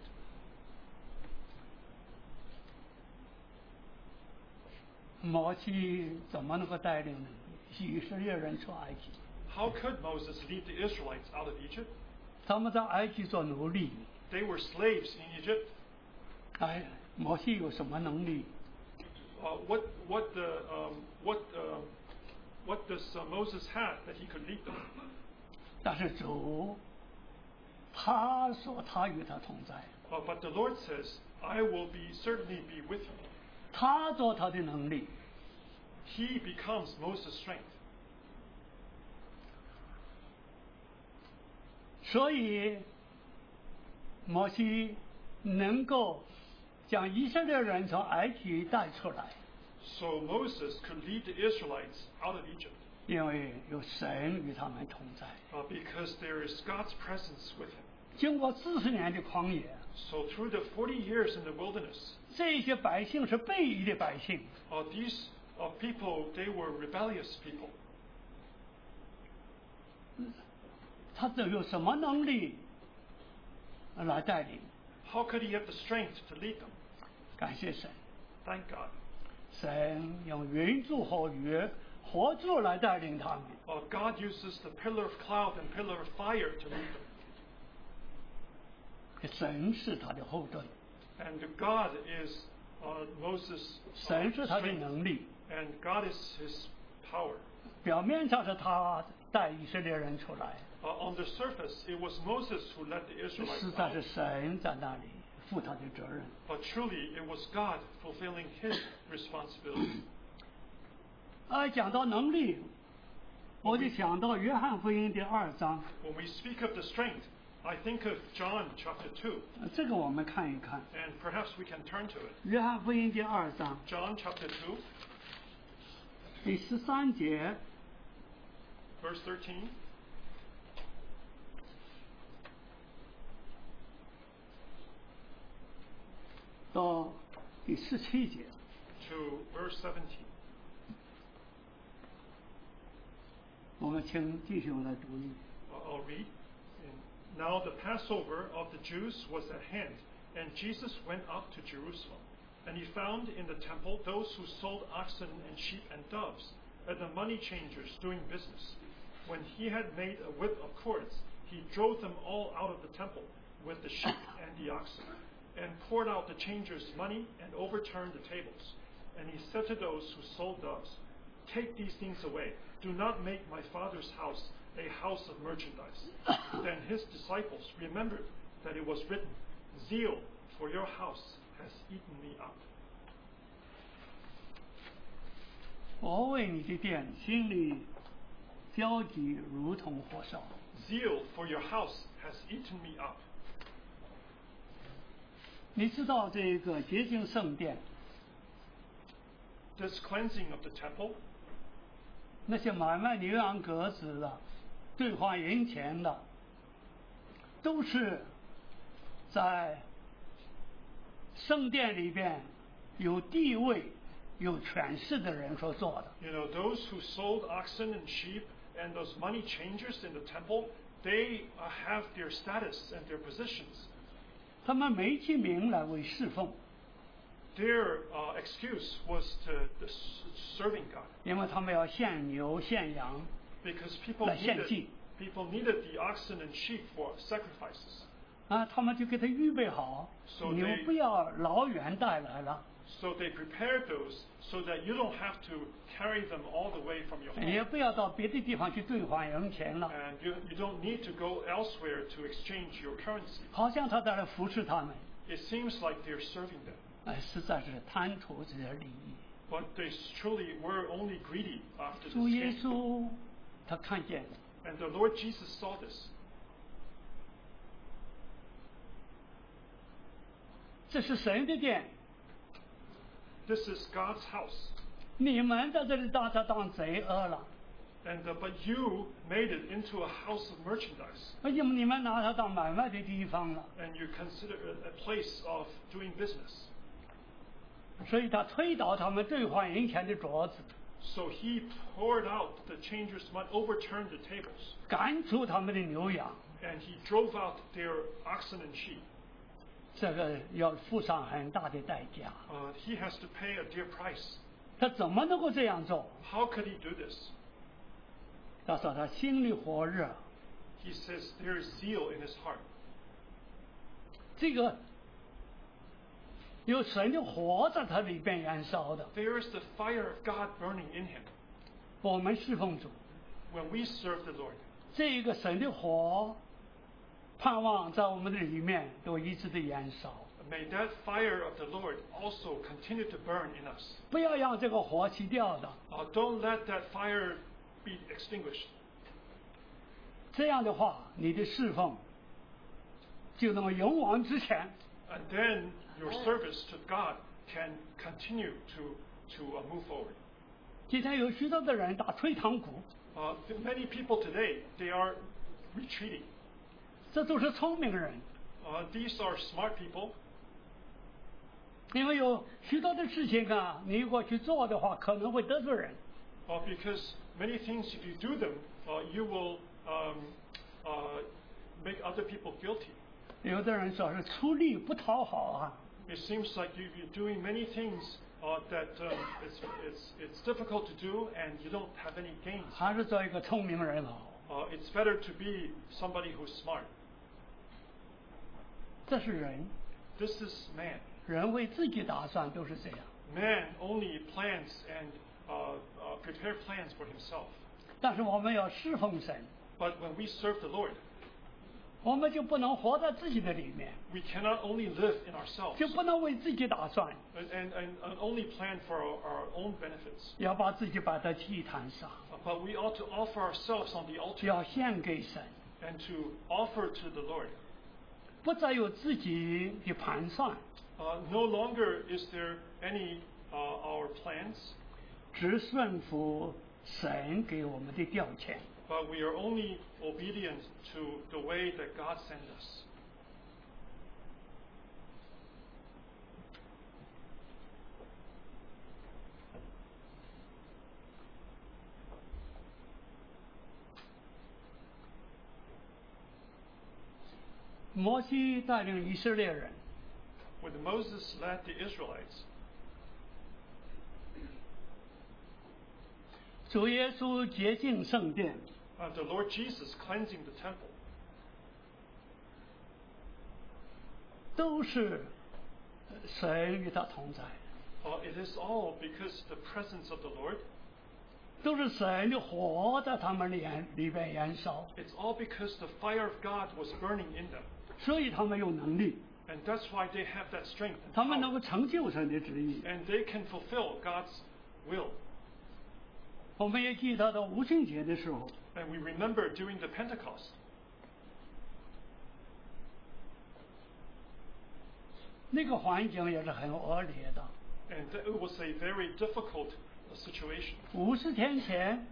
Speaker 1: 摩西怎么能够带领以色列人出埃及？
Speaker 2: How could Moses lead the Israelites out of Egypt?
Speaker 1: 他们在埃及做奴隶，
Speaker 2: They were slaves in Egypt.
Speaker 1: 哎，摩西有什么能力？
Speaker 2: Uh, what what the um, what um, what does uh, Moses have that he could lead them?
Speaker 1: 但是主，他说他与他同在，
Speaker 2: Uh, but the Lord says, "I will be certainly be with you."
Speaker 1: 他做他的能力。
Speaker 2: He becomes Moses' strength.
Speaker 1: 所以，摩西能够将以色列人从埃及带出来，
Speaker 2: So Moses could lead the Israelites out of Egypt
Speaker 1: 因为有神与他们同在。
Speaker 2: uh, because there is God's presence with him.
Speaker 1: 经过四十年的旷野，
Speaker 2: So through the 40 years in the wilderness,
Speaker 1: 这些百姓是被移的百姓，
Speaker 2: uh, these uh, people they were rebellious people.
Speaker 1: 他都有什么能力来带领？
Speaker 2: How could he have the strength to lead them?
Speaker 1: 感谢神，
Speaker 2: Thank God.
Speaker 1: 神用云柱和雨、火柱来带领他们。
Speaker 2: Uh, God uses the pillar of cloud and pillar of fire to lead them.
Speaker 1: 神是他的后盾，
Speaker 2: And God is uh, Moses' uh,
Speaker 1: 神是他的
Speaker 2: strength,
Speaker 1: 能力。
Speaker 2: and God is his power.
Speaker 1: 表面上是他带以色列人出来，
Speaker 2: Uh, on the surface, it was Moses who led the
Speaker 1: 实
Speaker 2: Israelites
Speaker 1: 在是
Speaker 2: out,
Speaker 1: 神在那里负他的责任。
Speaker 2: but truly it was God fulfilling his responsibility.
Speaker 1: 呃，讲到能力，我就想到约翰福音第二章，
Speaker 2: When we speak of the strength, I think of John chapter 2,
Speaker 1: 呃这个我们看一看。
Speaker 2: and perhaps we can turn to it.
Speaker 1: 约翰福音第二章
Speaker 2: John chapter 2,
Speaker 1: 第十三节
Speaker 2: verse 13.
Speaker 1: 到第十七节，
Speaker 2: to verse 17.
Speaker 1: 我们请弟兄来读一遍。
Speaker 2: Uh, I'll read. And now the Passover of the Jews was at hand, and Jesus went up to Jerusalem. And he found in the temple those who sold oxen and sheep and doves, and the money changers doing business. When he had made a whip of cords, he drove them all out of the temple with the sheep and the oxen, and poured out the changers' money and overturned the tables. And he said to those who sold doves, Take these things away. Do not make my father's house a house of merchandise. then his disciples remembered that it was written, Zeal for your house has eaten me up.
Speaker 1: 我为你的殿心里焦急如同火烧。
Speaker 2: Zeal for your house has eaten me up.
Speaker 1: 你知道这个洁净圣殿，
Speaker 2: This cleansing of the temple,
Speaker 1: 那些买卖牛羊鸽子的、兑换银钱的，都是在圣殿里边有地位、有权势的人所做的。
Speaker 2: you know, those who sold oxen and sheep and those money changers in the temple, they uh, have their status and their positions.
Speaker 1: 他们没起名来为侍奉，
Speaker 2: Their uh, excuse was to the s- serving God.
Speaker 1: 因为他们要献牛献羊，
Speaker 2: because people
Speaker 1: Like
Speaker 2: needed,
Speaker 1: Shen-Chi.
Speaker 2: people needed the oxen and sheep for sacrifices.
Speaker 1: 啊，他们就给他预备好
Speaker 2: So，
Speaker 1: 牛
Speaker 2: they-
Speaker 1: 不要老远带来了，
Speaker 2: So they prepared those so that you don't have to carry them all the way from your home.
Speaker 1: 也不要到别的地方去兑换银钱了，
Speaker 2: And you, you don't need to go elsewhere to exchange your currency.
Speaker 1: 好像他在那服侍他们。
Speaker 2: It seems like they're serving them.
Speaker 1: 哎，实在是贪图这些利益。
Speaker 2: But they truly were only greedy after
Speaker 1: 主
Speaker 2: this
Speaker 1: 耶
Speaker 2: case.
Speaker 1: 稣他看见，
Speaker 2: And the Lord Jesus saw this.
Speaker 1: 这是神的殿，
Speaker 2: This is God's house.
Speaker 1: 你们在这里当他当贼恶了，
Speaker 2: And uh, but you made it into a house of merchandise,
Speaker 1: 而且哎你们拿他当买卖的地方了，
Speaker 2: and you consider it a place of doing business.
Speaker 1: 所以他推倒他们兑换银钱的桌子，
Speaker 2: So he poured out the changers' money, overturned the tables,
Speaker 1: 赶出他们的牛羊，
Speaker 2: and he drove out their oxen and sheep.
Speaker 1: 这个要付上很大的代价。
Speaker 2: Uh, he has to pay a dear price.
Speaker 1: 他怎么能够这样做？
Speaker 2: How could he do this?
Speaker 1: 他说他心里火热，
Speaker 2: He says there is zeal in his heart.
Speaker 1: 这个有神的火在他里边燃烧的。
Speaker 2: There is the fire of God burning in him.
Speaker 1: 我们侍奉主，
Speaker 2: When we serve the Lord,
Speaker 1: 这一个神的火，盼望在我们的里面有一直的燃烧，
Speaker 2: may that fire of the Lord also continue to burn in us.
Speaker 1: 不要让这个火熄掉的。
Speaker 2: Uh, don't let that fire be extinguished.
Speaker 1: 这样的话，你的侍奉就能够勇往直前。
Speaker 2: And then your service to God can continue to, to uh, move forward.
Speaker 1: 今天有许多的人打退堂鼓，
Speaker 2: Uh, th- many people today, they are retreating.
Speaker 1: 这都是聪明人，
Speaker 2: Uh, these are smart people.
Speaker 1: 因为有许多的事情啊，你如果去做的话，可能会得罪人。
Speaker 2: Uh, because many things, if you do them, uh, you will um, uh, make other people guilty.
Speaker 1: 有的人说是出力不讨好啊，
Speaker 2: It seems like you, you're doing many things uh, that um, it's, it's, it's difficult to do and you don't have any gains.
Speaker 1: 还是做一个聪明人好。
Speaker 2: Uh, it's better to be somebody who's smart.
Speaker 1: 这是人，
Speaker 2: This is man.
Speaker 1: 人为自己打算都是这样。
Speaker 2: Man only plans and uh, uh, prepare plans for himself.
Speaker 1: 但是我们要侍奉神，
Speaker 2: But when we serve the Lord,
Speaker 1: 我们就不能活在自己的里面，
Speaker 2: we cannot only live in ourselves
Speaker 1: 就不能为自己打算，
Speaker 2: and, and, and only plan for our, our own benefits.
Speaker 1: 要把自己摆在祭坛上，
Speaker 2: Uh, But we ought to offer ourselves on the altar
Speaker 1: 要献给神，
Speaker 2: and to offer to the Lord.
Speaker 1: 不再有自己的盘算，
Speaker 2: Uh, no longer is there any uh, our plans,
Speaker 1: 只顺服神给我们的调遣。
Speaker 2: but we are only obedient to the way that God sent us.
Speaker 1: 摩西带领以色列人，
Speaker 2: When Moses led the Israelites,
Speaker 1: 主耶稣洁净圣殿，
Speaker 2: uh, the Lord Jesus cleansing the temple,
Speaker 1: 都是呃神与他同在，
Speaker 2: uh, it is all because the presence of the Lord.
Speaker 1: 都是神的火在他们里里边燃烧，
Speaker 2: It's all because the fire of God was burning in them,
Speaker 1: 所以他们有能力，
Speaker 2: and that's why they have that strength. And,
Speaker 1: 他们能
Speaker 2: power.
Speaker 1: 够成就神的旨意。
Speaker 2: and they can fulfill God's will.
Speaker 1: 我们也记得到五旬节的时候，
Speaker 2: And we remember during the Pentecost,
Speaker 1: 那个环境也是很恶劣的。
Speaker 2: and th- it was a very difficult uh, situation.
Speaker 1: 五十天前，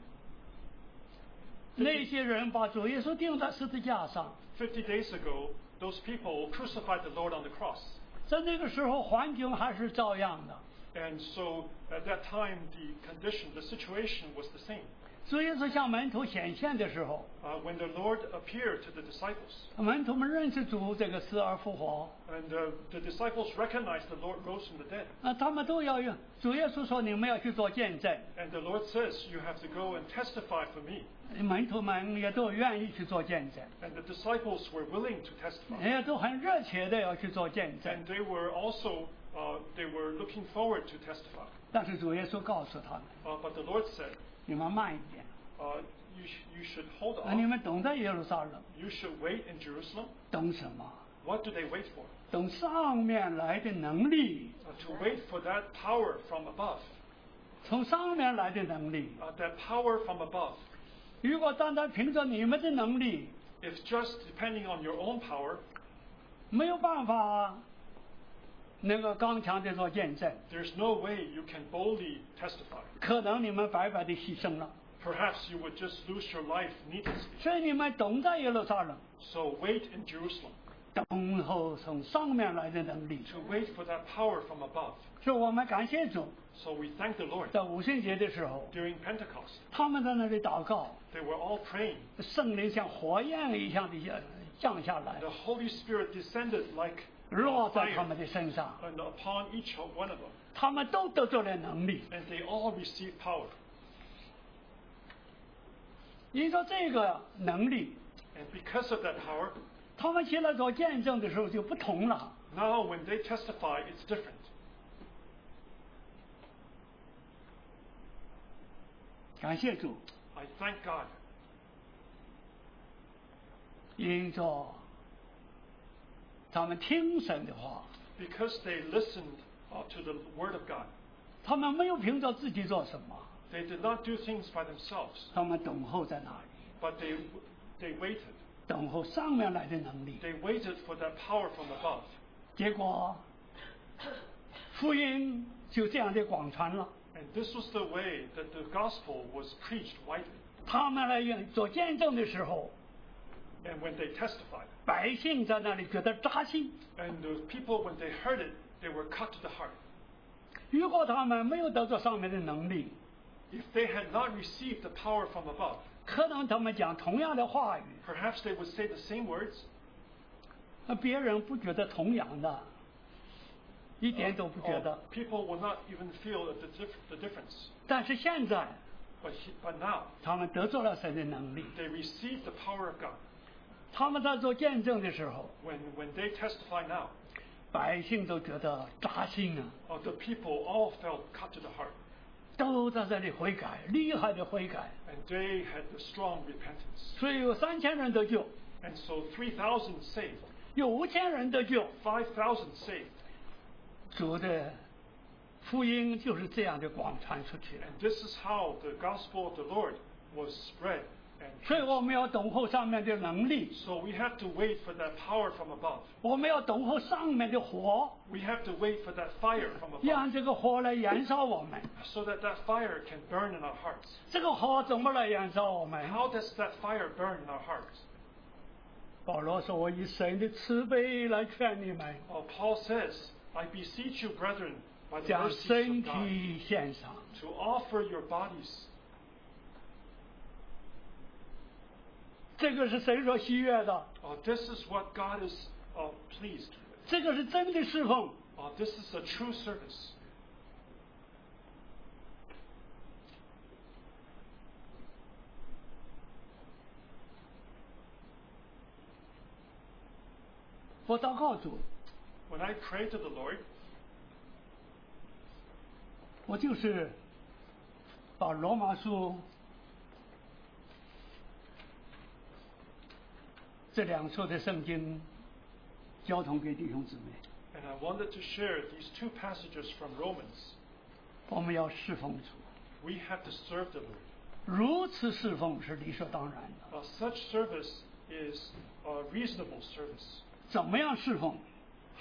Speaker 1: 那些人把主耶稣钉在十字架上，
Speaker 2: Fifty days ago, those people crucified the Lord on the cross,
Speaker 1: 在那个时候环境还是照样的。
Speaker 2: and so at that time, the condition, the situation was the same.
Speaker 1: 主耶稣向门徒显现的时候，
Speaker 2: Uh, when the Lord appeared to the disciples,
Speaker 1: 门徒们认识主这个死而复活，
Speaker 2: and uh, the disciples recognized the Lord rose from the dead,
Speaker 1: 啊，他们都要用。主耶稣说：“你们要去做见证。
Speaker 2: and the Lord says, "You have to go and testify for me." ”
Speaker 1: 门徒们也都愿意去做见证，
Speaker 2: And the disciples were willing to testify,
Speaker 1: 也都很热切的要去做见证。
Speaker 2: and they were also uh, they were looking forward to testify.
Speaker 1: 但是主耶稣告诉他们
Speaker 2: Uh, but the Lord said,：“
Speaker 1: 你们慢一点，
Speaker 2: uh, "You sh- you should hold
Speaker 1: 啊，你
Speaker 2: on.
Speaker 1: 们等在耶路撒冷，
Speaker 2: You should wait in Jerusalem.
Speaker 1: 等什么？
Speaker 2: What do they wait for?
Speaker 1: 等上面来的能力，
Speaker 2: Uh, to wait for that power from above."
Speaker 1: 从上面来的能力。
Speaker 2: uh, that power from above.
Speaker 1: 如果单单凭着你们的能力，
Speaker 2: If just depending on your own power,
Speaker 1: 没有办法能够刚强的做见证，
Speaker 2: there's no way you can boldly testify.
Speaker 1: 可能你们白白的牺牲了。
Speaker 2: Perhaps you would just lose your life needlessly.
Speaker 1: 所以你们懂在耶路撒冷，
Speaker 2: So wait in Jerusalem
Speaker 1: 等候从上面来的能力。
Speaker 2: to wait for that power from above.
Speaker 1: 所以我们感谢主，
Speaker 2: So we thank the Lord.
Speaker 1: 在五旬节的时候，
Speaker 2: During Pentecost,
Speaker 1: 他们在那里祷告，
Speaker 2: they were all praying.
Speaker 1: 圣灵像火焰一样的降降下来
Speaker 2: The，Holy Spirit descended like
Speaker 1: 落在他
Speaker 2: fire
Speaker 1: 们的身上，
Speaker 2: and upon each one of them,
Speaker 1: 他们都得着了能力。
Speaker 2: and they all received power.
Speaker 1: 因着这个能力，
Speaker 2: And because of that power,
Speaker 1: 他们起来做见证的时候就不同了。
Speaker 2: now when they testify, it's different.
Speaker 1: 感谢主，
Speaker 2: I thank God
Speaker 1: 因着他们听神的话，
Speaker 2: because they listened uh, to the Word of God.
Speaker 1: 他们没有凭着自己做什么，
Speaker 2: They did not do things by themselves,
Speaker 1: 他们等候在那里，
Speaker 2: but they, they waited.
Speaker 1: 等候上面来的能力。
Speaker 2: They waited for that power from above.
Speaker 1: 结果福音就这样的广传了，
Speaker 2: And this was the way that the gospel was preached widely.
Speaker 1: 他们来做见证的时候，
Speaker 2: And when they testified,
Speaker 1: 百姓在那里觉得扎心。
Speaker 2: and those people, when they heard it, they were cut to the heart.
Speaker 1: 如果他们没有得到上面的能力，
Speaker 2: If they had not received the power from above,
Speaker 1: 可能他们讲同样的话语，
Speaker 2: perhaps they would say the same words,
Speaker 1: 呃别人不觉得同样的，一点都不觉
Speaker 2: or
Speaker 1: 得。
Speaker 2: people will not even feel the, dif- the difference.
Speaker 1: 但是现在
Speaker 2: But, he, but now,
Speaker 1: 他们得到了神的能力，
Speaker 2: they received the power of God.
Speaker 1: 他们在做见证的时候，
Speaker 2: When, when they testify now,
Speaker 1: 百姓都觉得扎心啊，
Speaker 2: uh, the people all felt cut to the heart,
Speaker 1: 都在这里悔改，厉害的悔改，
Speaker 2: and they had the strong repentance.
Speaker 1: 所以有三千人得救，
Speaker 2: And so 3,000 saved,
Speaker 1: 有五千人得救，
Speaker 2: 5,000 saved,
Speaker 1: 主的福音就是这样的广传出去了
Speaker 2: and。this is how the gospel of the Lord was spread.
Speaker 1: 所以
Speaker 2: And
Speaker 1: 我们要等候上面的能力，
Speaker 2: so we have to wait for that power from above.
Speaker 1: 我们要等候上面的火，
Speaker 2: We have to wait for that fire from above.
Speaker 1: 让这个火来燃烧我们。
Speaker 2: so that that fire can burn in our hearts.
Speaker 1: 这个火怎么来燃烧我们？
Speaker 2: How does that fire burn in our hearts?
Speaker 1: 保罗说：“我以神的慈悲来劝你们，
Speaker 2: Well, Paul says, I beseech you, brethren, by the
Speaker 1: 将
Speaker 2: mercies of
Speaker 1: 身
Speaker 2: God,
Speaker 1: 体献上。
Speaker 2: to offer your bodies. ”
Speaker 1: 这个是神所喜悦的，
Speaker 2: Uh, this is what God is uh, pleased with.
Speaker 1: 这个是真的侍奉。
Speaker 2: Uh, this is a true service.
Speaker 1: 我祷告主，
Speaker 2: When I pray to the Lord,
Speaker 1: 我就是把罗马书这两处的圣经交通给弟兄姊妹，
Speaker 2: and I wanted to share these two passages from Romans,
Speaker 1: 我们要侍奉主，
Speaker 2: we have to serve the Lord.
Speaker 1: 如此侍奉是理所当然的。
Speaker 2: Uh, such service is a reasonable service.
Speaker 1: 怎么样侍奉？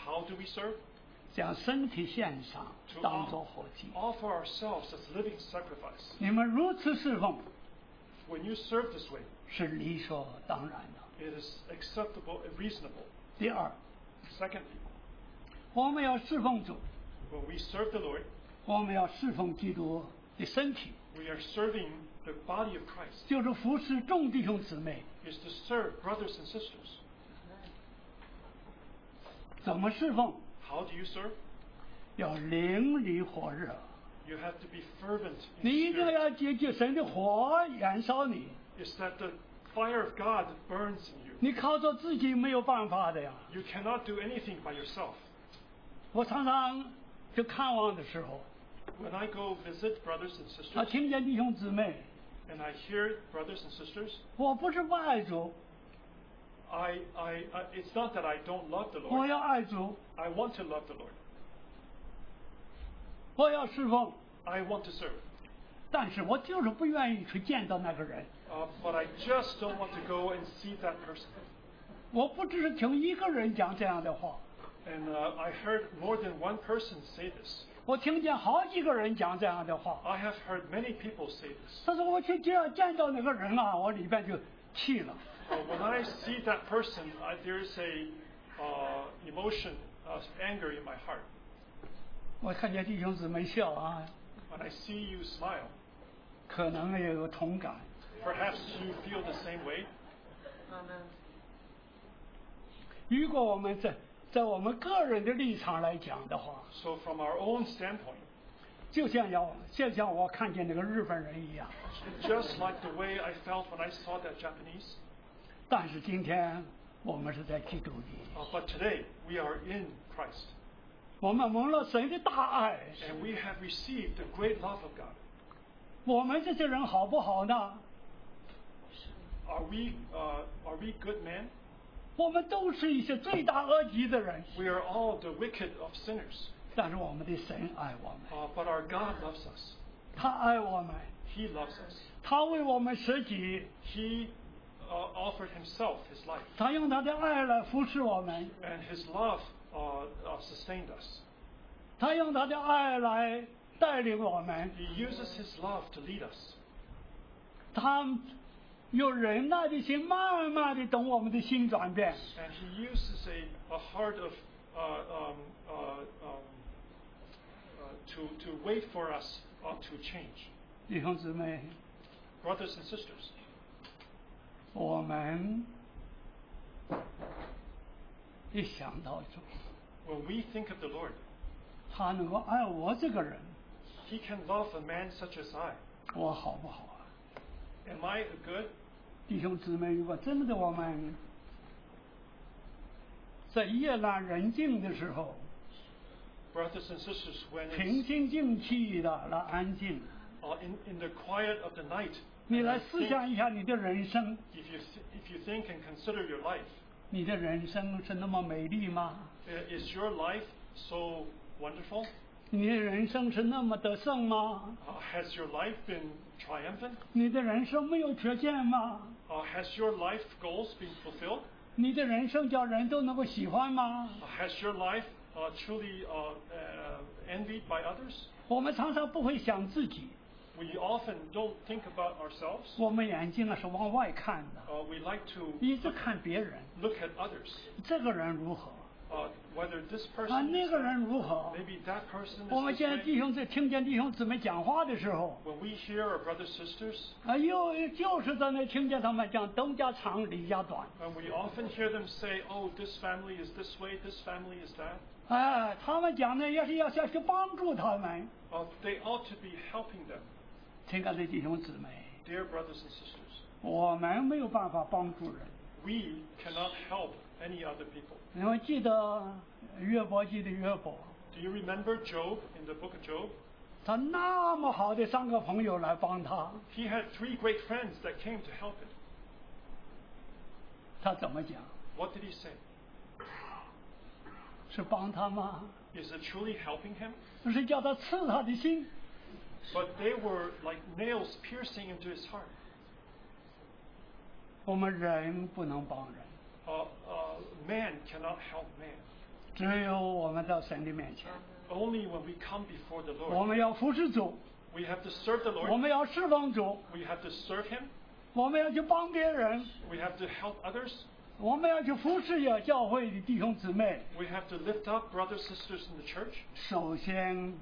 Speaker 2: How do we serve?
Speaker 1: 将身体献上
Speaker 2: To，
Speaker 1: 当
Speaker 2: off-
Speaker 1: 做活祭。
Speaker 2: offer ourselves as living sacrifice.
Speaker 1: 你们如此侍奉
Speaker 2: When you serve this way,
Speaker 1: 是理所当然的。
Speaker 2: it is acceptable and reasonable.
Speaker 1: 第二，
Speaker 2: Secondly,
Speaker 1: 我们要侍奉主，
Speaker 2: when we serve the Lord,
Speaker 1: 我们要侍奉基督的身体，
Speaker 2: we are serving the body of Christ,
Speaker 1: 就是服侍众弟兄姊妹。
Speaker 2: is to serve brothers and sisters.
Speaker 1: 怎么侍奉？
Speaker 2: How do you serve?
Speaker 1: 要灵里火热，
Speaker 2: You have to be fervent
Speaker 1: 你
Speaker 2: in
Speaker 1: 一定
Speaker 2: spirit.
Speaker 1: 要接近神的火燃烧你。
Speaker 2: Is that the fire of God burns in you.
Speaker 1: 你靠着自己没有办法的呀。
Speaker 2: You cannot do anything by yourself.
Speaker 1: 我常常去看望的时候，
Speaker 2: When I go visit brothers and
Speaker 1: 啊，
Speaker 2: sisters,
Speaker 1: 听见弟兄姊妹，
Speaker 2: and I hear brothers and sisters,
Speaker 1: 我不是不爱主，
Speaker 2: I, I, I, it's not that I don't love the
Speaker 1: 我
Speaker 2: Lord.
Speaker 1: 要爱主，
Speaker 2: I want to love the Lord.
Speaker 1: 我要侍奉，
Speaker 2: I want to serve.
Speaker 1: 但是我就是不愿意去见到那个人。
Speaker 2: Uh, but I just don't want to go and see that person.
Speaker 1: 我不只是听一个人讲这样的话，
Speaker 2: And uh, I heard more than one person say this.
Speaker 1: 我听见好几个人讲这样的话。
Speaker 2: I have heard many people say this.
Speaker 1: 他说我去见见到那个人啊，我里边就气了。
Speaker 2: Uh, when I see that person, I, there is a uh, emotion of anger in my heart.
Speaker 1: 我看见弟兄姊妹笑啊，
Speaker 2: When I see you smile,
Speaker 1: 可能也有同感。
Speaker 2: perhaps you feel the same way.
Speaker 1: 如果我们在在我们个人的立场来讲的话，
Speaker 2: So, from our own standpoint,
Speaker 1: 就像要就像我看见那个日本人一样。
Speaker 2: just like the way I felt when I saw that Japanese,
Speaker 1: 但是今天我们是在基督里，
Speaker 2: uh, but today we are in Christ
Speaker 1: 我们蒙了神的大爱。
Speaker 2: and we have received the great love of God.
Speaker 1: 我们这些人好不好呢？
Speaker 2: Are we, uh, are we good men?
Speaker 1: 我们都是一些罪大恶极的人，
Speaker 2: We are all the wicked of sinners,
Speaker 1: 但是我们的神爱我们，
Speaker 2: uh, but our God loves us.
Speaker 1: 他爱我们，
Speaker 2: He loves us.
Speaker 1: 他为我们舍己，
Speaker 2: He uh, offered Himself, His life,
Speaker 1: 他用他的爱来服侍我们，
Speaker 2: and His love uh, uh, sustained us.
Speaker 1: 他用他的爱来带领我们，
Speaker 2: He uses His love to lead us.
Speaker 1: 他有忍耐的心，慢慢的等我们的心转变。
Speaker 2: And he uses a, a heart of uh, um, uh, um, uh, to, to wait for us uh, to change.
Speaker 1: 弟兄姊妹，
Speaker 2: Brothers and sisters,
Speaker 1: 我们一想到主，
Speaker 2: when we think of the Lord,
Speaker 1: 他能够爱我这个人，
Speaker 2: he can love a man such as I.
Speaker 1: 我好不好啊？
Speaker 2: Am I good?
Speaker 1: 弟兄姊妹，如果真的我们在夜阑人静的时候，
Speaker 2: Brothers and sisters, when
Speaker 1: 平
Speaker 2: it's
Speaker 1: 心静气的来安静，
Speaker 2: uh, in, in the quiet of the night,
Speaker 1: 你
Speaker 2: and
Speaker 1: 来
Speaker 2: I
Speaker 1: 思
Speaker 2: think-
Speaker 1: 想一下你的人生，
Speaker 2: if, you, th- if you think and consider your life,
Speaker 1: 你的人生是那么美丽吗？
Speaker 2: i- is your life so wonderful?
Speaker 1: 你的人生是那么得胜吗？
Speaker 2: Uh, has your life been triumphant?
Speaker 1: 你的人生没有缺陷吗？
Speaker 2: Uh, has your life goals been fulfilled?
Speaker 1: 你的人生叫人都能够喜欢吗？
Speaker 2: Uh, Has your life uh, truly uh, uh, envied by others?
Speaker 1: 我们常常不会想自己，
Speaker 2: We often don't think about ourselves.
Speaker 1: 我们眼睛啊是往外看的，
Speaker 2: Uh, we like to
Speaker 1: 一直看别人，
Speaker 2: look at others,
Speaker 1: 这个人如何，
Speaker 2: uh, whether this
Speaker 1: 啊
Speaker 2: person
Speaker 1: 那
Speaker 2: is
Speaker 1: 个人
Speaker 2: that,
Speaker 1: 如何。
Speaker 2: maybe that person
Speaker 1: 我们
Speaker 2: is
Speaker 1: 现在
Speaker 2: this
Speaker 1: 弟
Speaker 2: way.
Speaker 1: 兄在听见弟兄姊妹讲话的时候，
Speaker 2: When we hear our brothers sisters,
Speaker 1: 啊，又就是在那听见他们讲东家长李家短，
Speaker 2: and we often hear them say, "Oh, this family is this way, this family is that."
Speaker 1: 哎，他们讲呢，要是要要去帮助他们。
Speaker 2: Uh, they ought to be helping them,
Speaker 1: 亲爱的弟兄姊妹，
Speaker 2: dear brothers and sisters.
Speaker 1: 我们没有办法帮助人，
Speaker 2: We cannot help any other people.
Speaker 1: 你们记得约伯记的约伯，
Speaker 2: Do you remember Job in the book of Job?
Speaker 1: 他那么好的三个朋友来帮他，
Speaker 2: He had three great friends that came to help him.
Speaker 1: 他怎么讲？
Speaker 2: What did he say?
Speaker 1: 是帮他吗？
Speaker 2: Is it truly helping him?
Speaker 1: 是叫他刺他的心？
Speaker 2: But they were like nails piercing into his heart.
Speaker 1: 我们人不能帮人，
Speaker 2: Uh, uh, man cannot help man.
Speaker 1: 只有我们到神的面前，
Speaker 2: Only when we come before the
Speaker 1: 我
Speaker 2: Lord.
Speaker 1: 们要服侍主，
Speaker 2: We have to serve the
Speaker 1: 我
Speaker 2: Lord.
Speaker 1: 们要侍奉主，
Speaker 2: We have to serve him.
Speaker 1: 我们要去帮别人，
Speaker 2: We have to help others.
Speaker 1: 我们要去服侍有教会的弟兄姊妹。
Speaker 2: We have to lift up brothers sisters in the church.
Speaker 1: 首先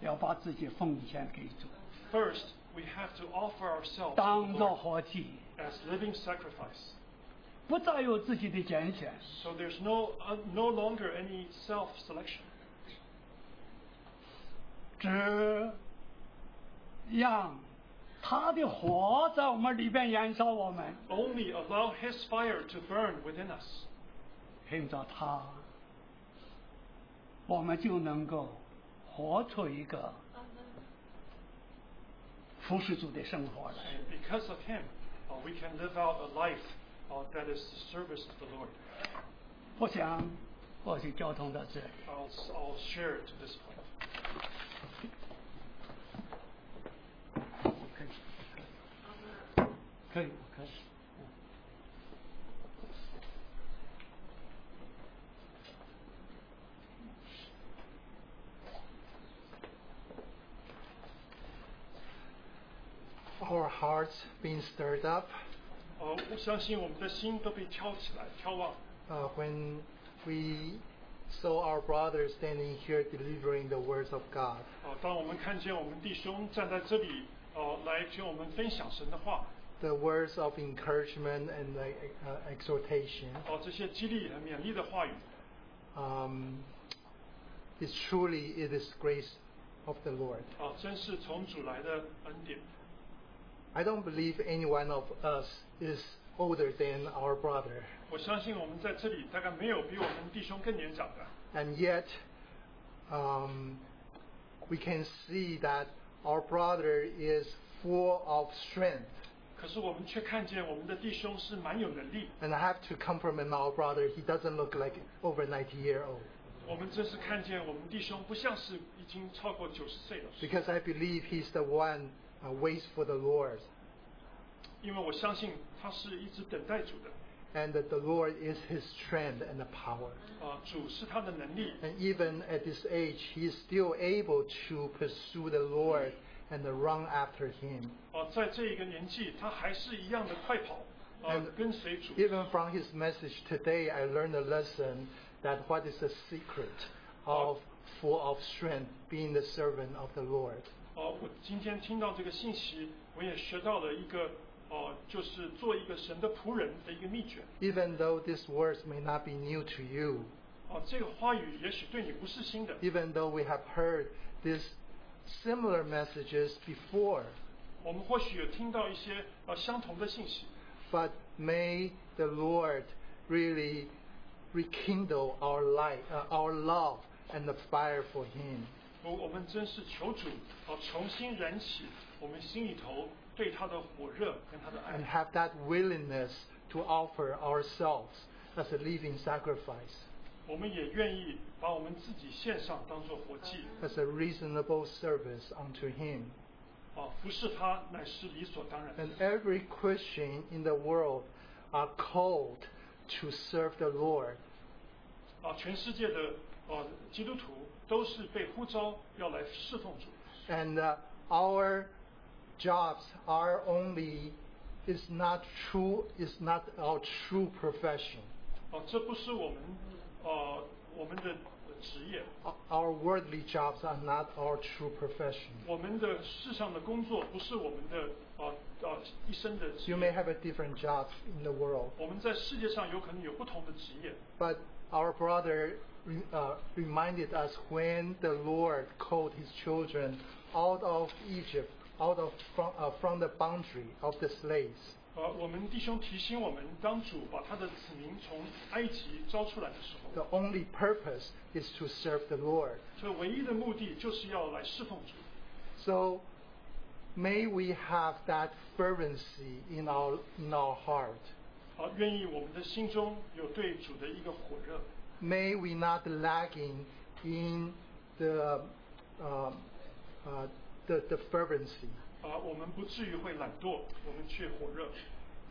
Speaker 1: 要把自己奉献给主，
Speaker 2: First, we have to offer ourselves to the
Speaker 1: 当做
Speaker 2: Lord
Speaker 1: 活祭，
Speaker 2: as living sacrifice.
Speaker 1: 不再有自己的拣选。
Speaker 2: So there's no, uh, no longer any self-selection.
Speaker 1: 只让他的火在我们里边燃烧我们，
Speaker 2: Only allow His fire to burn within us.
Speaker 1: 凭着他，我们就能够活出一个服侍主的生活来。
Speaker 2: And because of Him, uh, we can live out a life uh, that is the service to the Lord.
Speaker 1: 我想，我就交通到这里。
Speaker 2: I'll, I'll share it to this point.
Speaker 1: 可以，我可以。
Speaker 3: Our hearts being stirred up
Speaker 2: 呃，我相信我们的心都被挑起来、挑旺。
Speaker 3: uh, when we saw our brother standing here delivering the words of God.
Speaker 2: 啊，当我们看见我们弟兄站在这里，呃，来听我们分享神的话，
Speaker 3: The words of encouragement and uh, uh, exhortation.
Speaker 2: 哦、这些激励和勉励的话语，
Speaker 3: Um, it's truly it is grace of the Lord.
Speaker 2: 啊、真是从主来的恩典。
Speaker 3: I don't believe any one of us is older than our brother,
Speaker 2: 我相信我们在这里大概没有比我们弟兄更年长的，
Speaker 3: and yet um, we can see that our brother is full of strength.
Speaker 2: 可是我们却看见我们的弟兄是蛮有能力。
Speaker 3: And I have to compliment our brother. He doesn't look like over 90 year old
Speaker 2: 我们真是看见我们弟兄不像是已经超过九十岁了，
Speaker 3: because I believe he's the one uh, waits for the Lord,
Speaker 2: 因为我相信他是一直等待主的，
Speaker 3: and that the Lord is his strength and the power.
Speaker 2: 啊、主是他的能力，
Speaker 3: And even at this age, he is still able to pursue the Lord and to run after him.
Speaker 2: 啊、在这一个年纪，他还是一样的快跑，啊、
Speaker 3: And-
Speaker 2: 跟随主。
Speaker 3: Even from his message today, I learned a lesson that what is the secret of full of strength being the servant of the Lord.
Speaker 2: 哦、我今天听到这个信息，我也学到了一个，哦、就是做一个神的仆人的一个秘诀。
Speaker 3: Even though these words may not be new to you,
Speaker 2: 哦、这个话语也许对你不是新的，
Speaker 3: even though we have heard these similar messages before,
Speaker 2: 我们或许有听到一些呃相同的信息，
Speaker 3: but may the Lord really rekindle our light, uh, our love, and the fire for Him.
Speaker 2: 我我们真是求主哦、重新燃起我们心里头对他的火热跟他的
Speaker 3: and
Speaker 2: 爱，
Speaker 3: have that willingness to offer ourselves as a living sacrifice,
Speaker 2: 我们也愿意把我们自己献上当做活祭，
Speaker 3: as a reasonable service unto Him.
Speaker 2: 啊、服侍他乃是理所当然的
Speaker 3: And。every Christian in the world are called to serve the Lord.
Speaker 2: 啊、全世界的呃基督徒都是被呼召要来侍奉主。
Speaker 3: And uh, our jobs are only is not true is not our true profession.
Speaker 2: 哦，这不是我们呃我们的职业，
Speaker 3: O- Our worldly jobs are not our true profession.
Speaker 2: 我们的世上的工作不是我们的呃呃一生的职
Speaker 3: You
Speaker 2: 业。
Speaker 3: may have a different job in the world,
Speaker 2: 我们在世界上有可能有不同的职业，
Speaker 3: But our brother uh, reminded us when the Lord called his children out of Egypt, out of from, uh, from the boundary of the slaves.
Speaker 2: 呃，我们弟兄提醒我们，当主把他的子民从埃及招出来的时候，
Speaker 3: The only purpose is to serve the Lord.
Speaker 2: 这唯一的目的就是要来侍奉主。
Speaker 3: So may we have that fervency in our in our heart.
Speaker 2: 好、啊愿意我们的心中有对主的一个火热，
Speaker 3: May we not lacking in the um uh, the, the fervency.
Speaker 2: 啊、我们不至于会懒惰，我们却火热，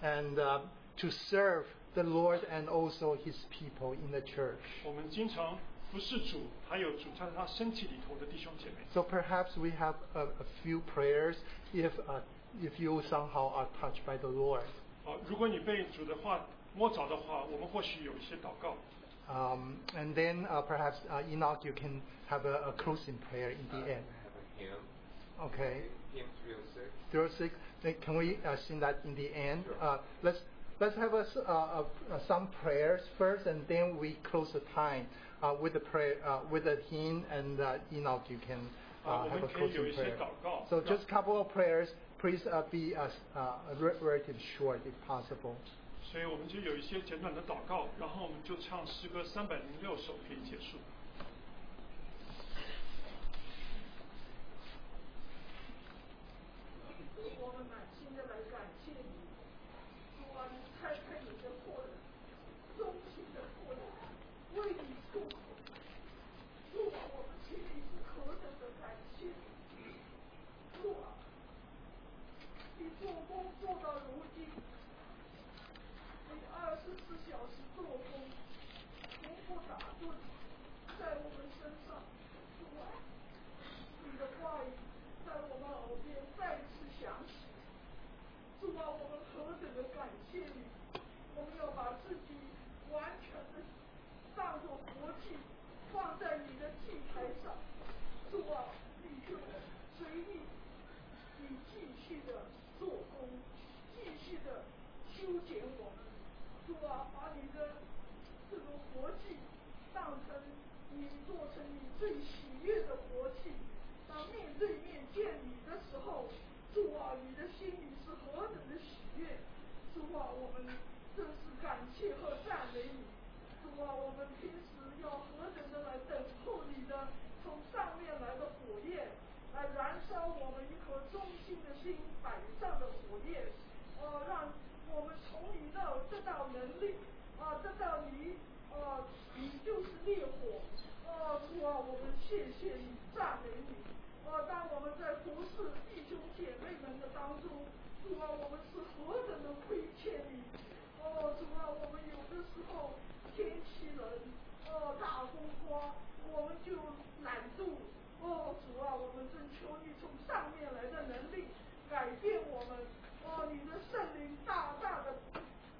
Speaker 3: and uh, to serve the Lord and also His people in the church.
Speaker 2: 我们经常不是主，还有主在他身体里头的弟兄姐妹。
Speaker 3: So perhaps we have a, a few prayers if uh, if you somehow are touched by the Lord.
Speaker 2: 好、如果你被主的话摸着的话，我们或许有一些祷告。
Speaker 3: Um, and then uh, perhaps uh, Enoch, you can have a, a closing prayer in the end.
Speaker 4: Have a hymn.
Speaker 3: Okay,
Speaker 4: Hymn 306.
Speaker 3: zero six. Then Can we uh, sing that in the end?
Speaker 4: Sure.
Speaker 3: Uh, let's let's have us uh, uh, some prayers first, and then we close the time uh, with the prayer uh, with a hymn. And uh, Enoch, you can
Speaker 2: 啊
Speaker 3: uh,
Speaker 2: 我
Speaker 3: have a
Speaker 2: 们可以有
Speaker 3: closing
Speaker 2: 一些
Speaker 3: prayer.
Speaker 2: 祷告。
Speaker 3: So just couple of prayers. Please uh, be as uh, re- relative short if possible.
Speaker 2: 所以我们就有一些简短的祷告，然后我们就唱诗歌三百零六首可以结束。
Speaker 5: 我们满心的来感谢你，主啊，你拆开你的仆人，忠心的仆人，为啊你受苦。主啊，我们心里是何等的感谢啊你，主啊，你做工做到如今，怎么感谢你？我们要把自己完全的当做活祭，放在你的祭台上。主啊，你就随意，你继续的做工，继续的修剪我们。主啊，把你的这个活祭当成你做成你最喜悦的活祭。当面对面见你的时候，主啊，你的心里是何等的喜悦！主啊，我们真是感谢和赞美你。主啊，我们平时要何等的来等候你的从上面来的火焰，来燃烧我们一颗忠心的心，摆上的火焰，哦、呃，让我们从你那儿得到能力，啊、呃，得到你，啊、呃，你就是烈火，哦，主啊，我们谢谢你，赞美你。哦，当我们在服侍弟兄姐妹们的当中，主啊，我们是何等的亏欠你！哦，主啊，我们有的时候天气冷，哦，大风刮，我们就懒惰。哦，主啊，我们真求你从上面来的能力改变我们。哦，你的圣灵大大的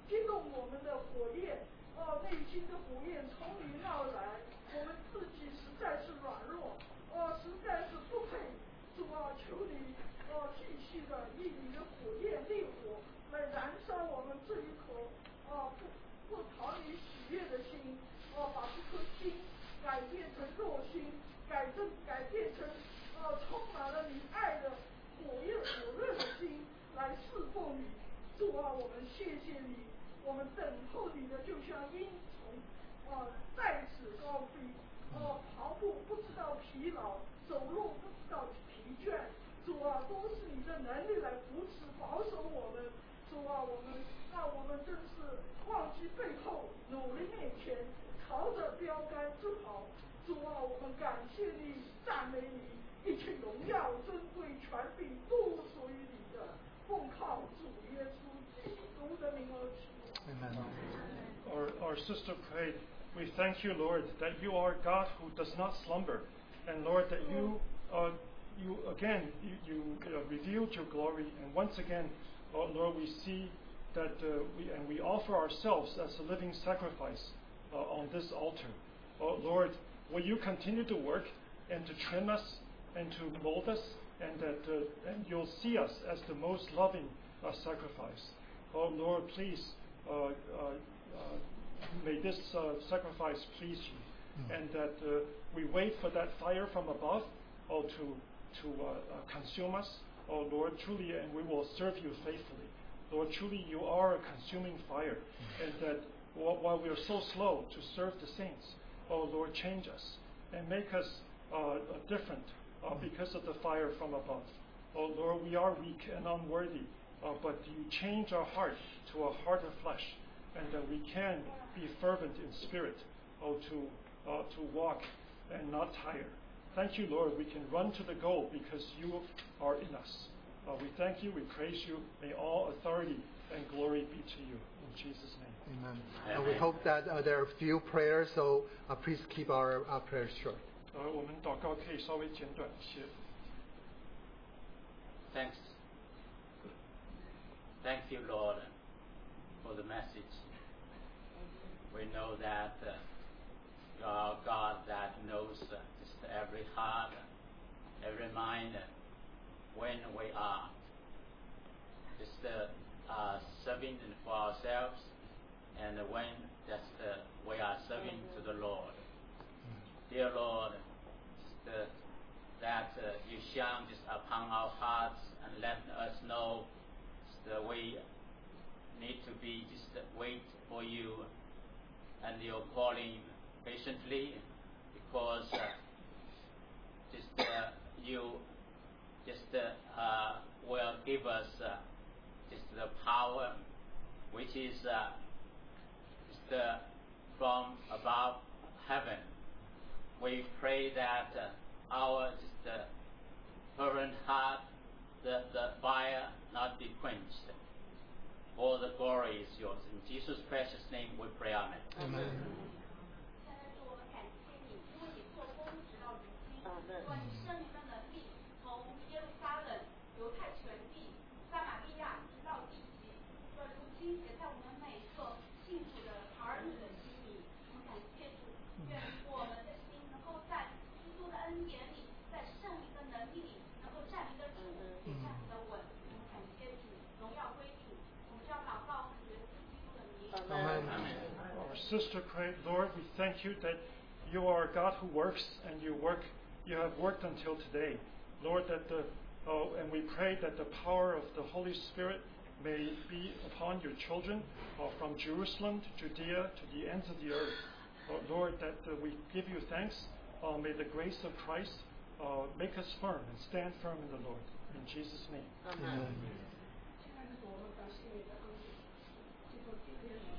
Speaker 5: 激动我们的火焰，哦，内心的火焰从你那来，我们自己实在是软弱。哦，实在是不配，主啊，求你哦，继续的以你的火焰烈火来燃烧我们这一颗哦不不讨你喜悦的心，哦，把这颗心改变成热心，改正改变成哦充满了你爱的火焰火热的心来侍奉你，主啊，我们谢谢你，我们等候你的就像鹰从哦在此高飞。哦，跑步不知道疲劳，走路不知道疲倦。主啊，都是你的能力来扶持、保守我们。主啊，我们让我们真是忘记背后，努力面前，朝着标杆直跑。主啊，我们感谢你，赞美你，一切荣耀、尊贵、权柄都属于你的。奉靠主耶稣基督的名而求。
Speaker 2: Our, our sister prayed, We thank you, Lord, that you are God who does not slumber, and Lord, that you, uh, you again, you, you uh, revealed your glory, and once again, oh, Lord, we see that uh, we and we offer ourselves as a living sacrifice uh, on this altar. Oh Lord, will you continue to work and to trim us and to mold us, and that uh, and you'll see us as the most loving uh, sacrifice. Oh Lord, please. Uh, uh, uh, may this uh, sacrifice please you, and that uh, we wait for that fire from above, oh, to to uh, uh, consume us, oh Lord, truly, and we will serve you faithfully, Lord, truly, you are a consuming fire, and that wh- while we are so slow to serve the saints, oh Lord, change us and make us uh, uh, different uh, because of the fire from above. Oh Lord, we are weak and unworthy, uh, but you change our heart to a heart of flesh, and that we can be fervent in spirit, oh, to, uh, to walk and not tire. Thank you, Lord, we can run to the goal because you are in us. Uh, we thank you, we praise you. May all authority and glory be to you. In Jesus' name.
Speaker 3: Amen. And we hope that uh, there are few prayers, so uh, please keep our, our prayers short.
Speaker 2: 呃，我们祷告可以稍微简短一些。
Speaker 4: Thanks. Thank you, Lord, for the message. We know that uh, you are God that knows uh, just every heart, every mind, uh, when we are just uh, uh, serving for ourselves and when just uh, we are serving to the Lord. Dear Lord, just, uh, that uh, you shine just upon our hearts and let us know that we need to be just uh, wait for you and your calling patiently because uh, just uh, you just uh, uh, will give us uh, just the power which is uh, just, uh, from above heaven. We pray that uh, our just uh, fervent heart, the, the fire not be quenched. All the glory is yours. In Jesus' precious name we pray, Amen.
Speaker 6: 但是我感谢你，因为你做工直到如今，主啊，你圣灵的能力从耶路撒冷、犹太全地、撒玛利亚直到地极，主啊，如嗯
Speaker 3: 嗯
Speaker 2: sister prayed, Lord, we thank you that you are a God who works and you work, you have worked until today. Lord, that the, oh, and we pray that the power of the Holy Spirit may be upon your children uh, from Jerusalem to Judea to the ends of the earth. Uh, Lord, that uh, we give you thanks. Uh, may the grace of Christ uh, make us firm and stand firm in the Lord. In Jesus' name.
Speaker 5: 亲爱的主，我们感谢你的恩典。就说今天你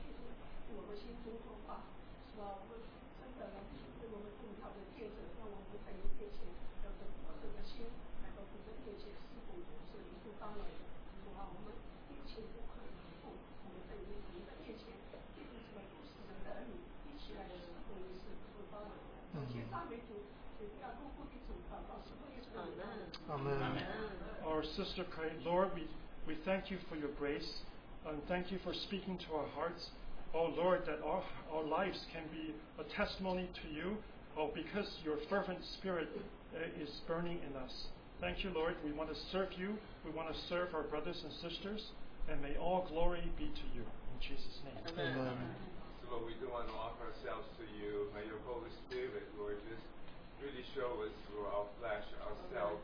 Speaker 5: 对我们心中说话，是吧？我们真的能为我们重要的见证，让我们在你面前要整个这个心，来到主的面前侍奉主是理所当然的。主啊，我们一切不可以不，我们在你你的面前，记住这个都是人的儿女，一起来侍奉你是理所当然的。而且赞美主，也不要辜负给主，祷告是为了你。
Speaker 3: Amen.
Speaker 2: Our sister prayed, Lord, we, we thank you for your grace and thank you for speaking to our hearts. Oh Lord, that our, our lives can be a testimony to you, oh, because your fervent spirit uh, is burning in us. Thank you, Lord. We want to serve you. We want to serve our brothers and sisters, and may all glory be to you. In Jesus' name.
Speaker 7: So what we do want to offer ourselves to you. May your Holy Spirit, Lord, just really show us, Lord, our flesh, ourselves,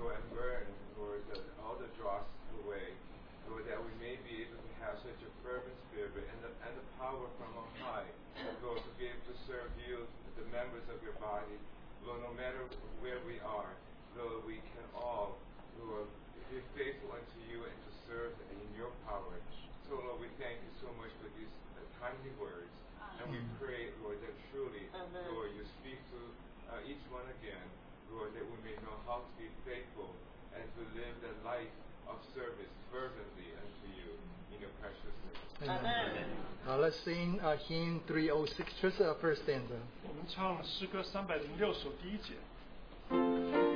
Speaker 7: Lord, and burn, Lord, the, all the dross away. Lord, that we may be able to have such a fervent spirit and the, and the power from on high, Lord, to be able to serve you, the members of your body. Lord, no matter where we are, Lord, we can all, Lord, be faithful unto you and to serve in your power. So, Lord, we thank you so much for these uh, timely words. And we pray, Lord, that truly, Lord, you speak to uh, each one again, Lord, that we may know how to be faithful and to live the life of service fervently unto you in your precious name.
Speaker 3: Uh, let's sing uh, hymn 306, just the first stanza.
Speaker 2: 我们唱诗歌三百零六首第一节。
Speaker 5: 我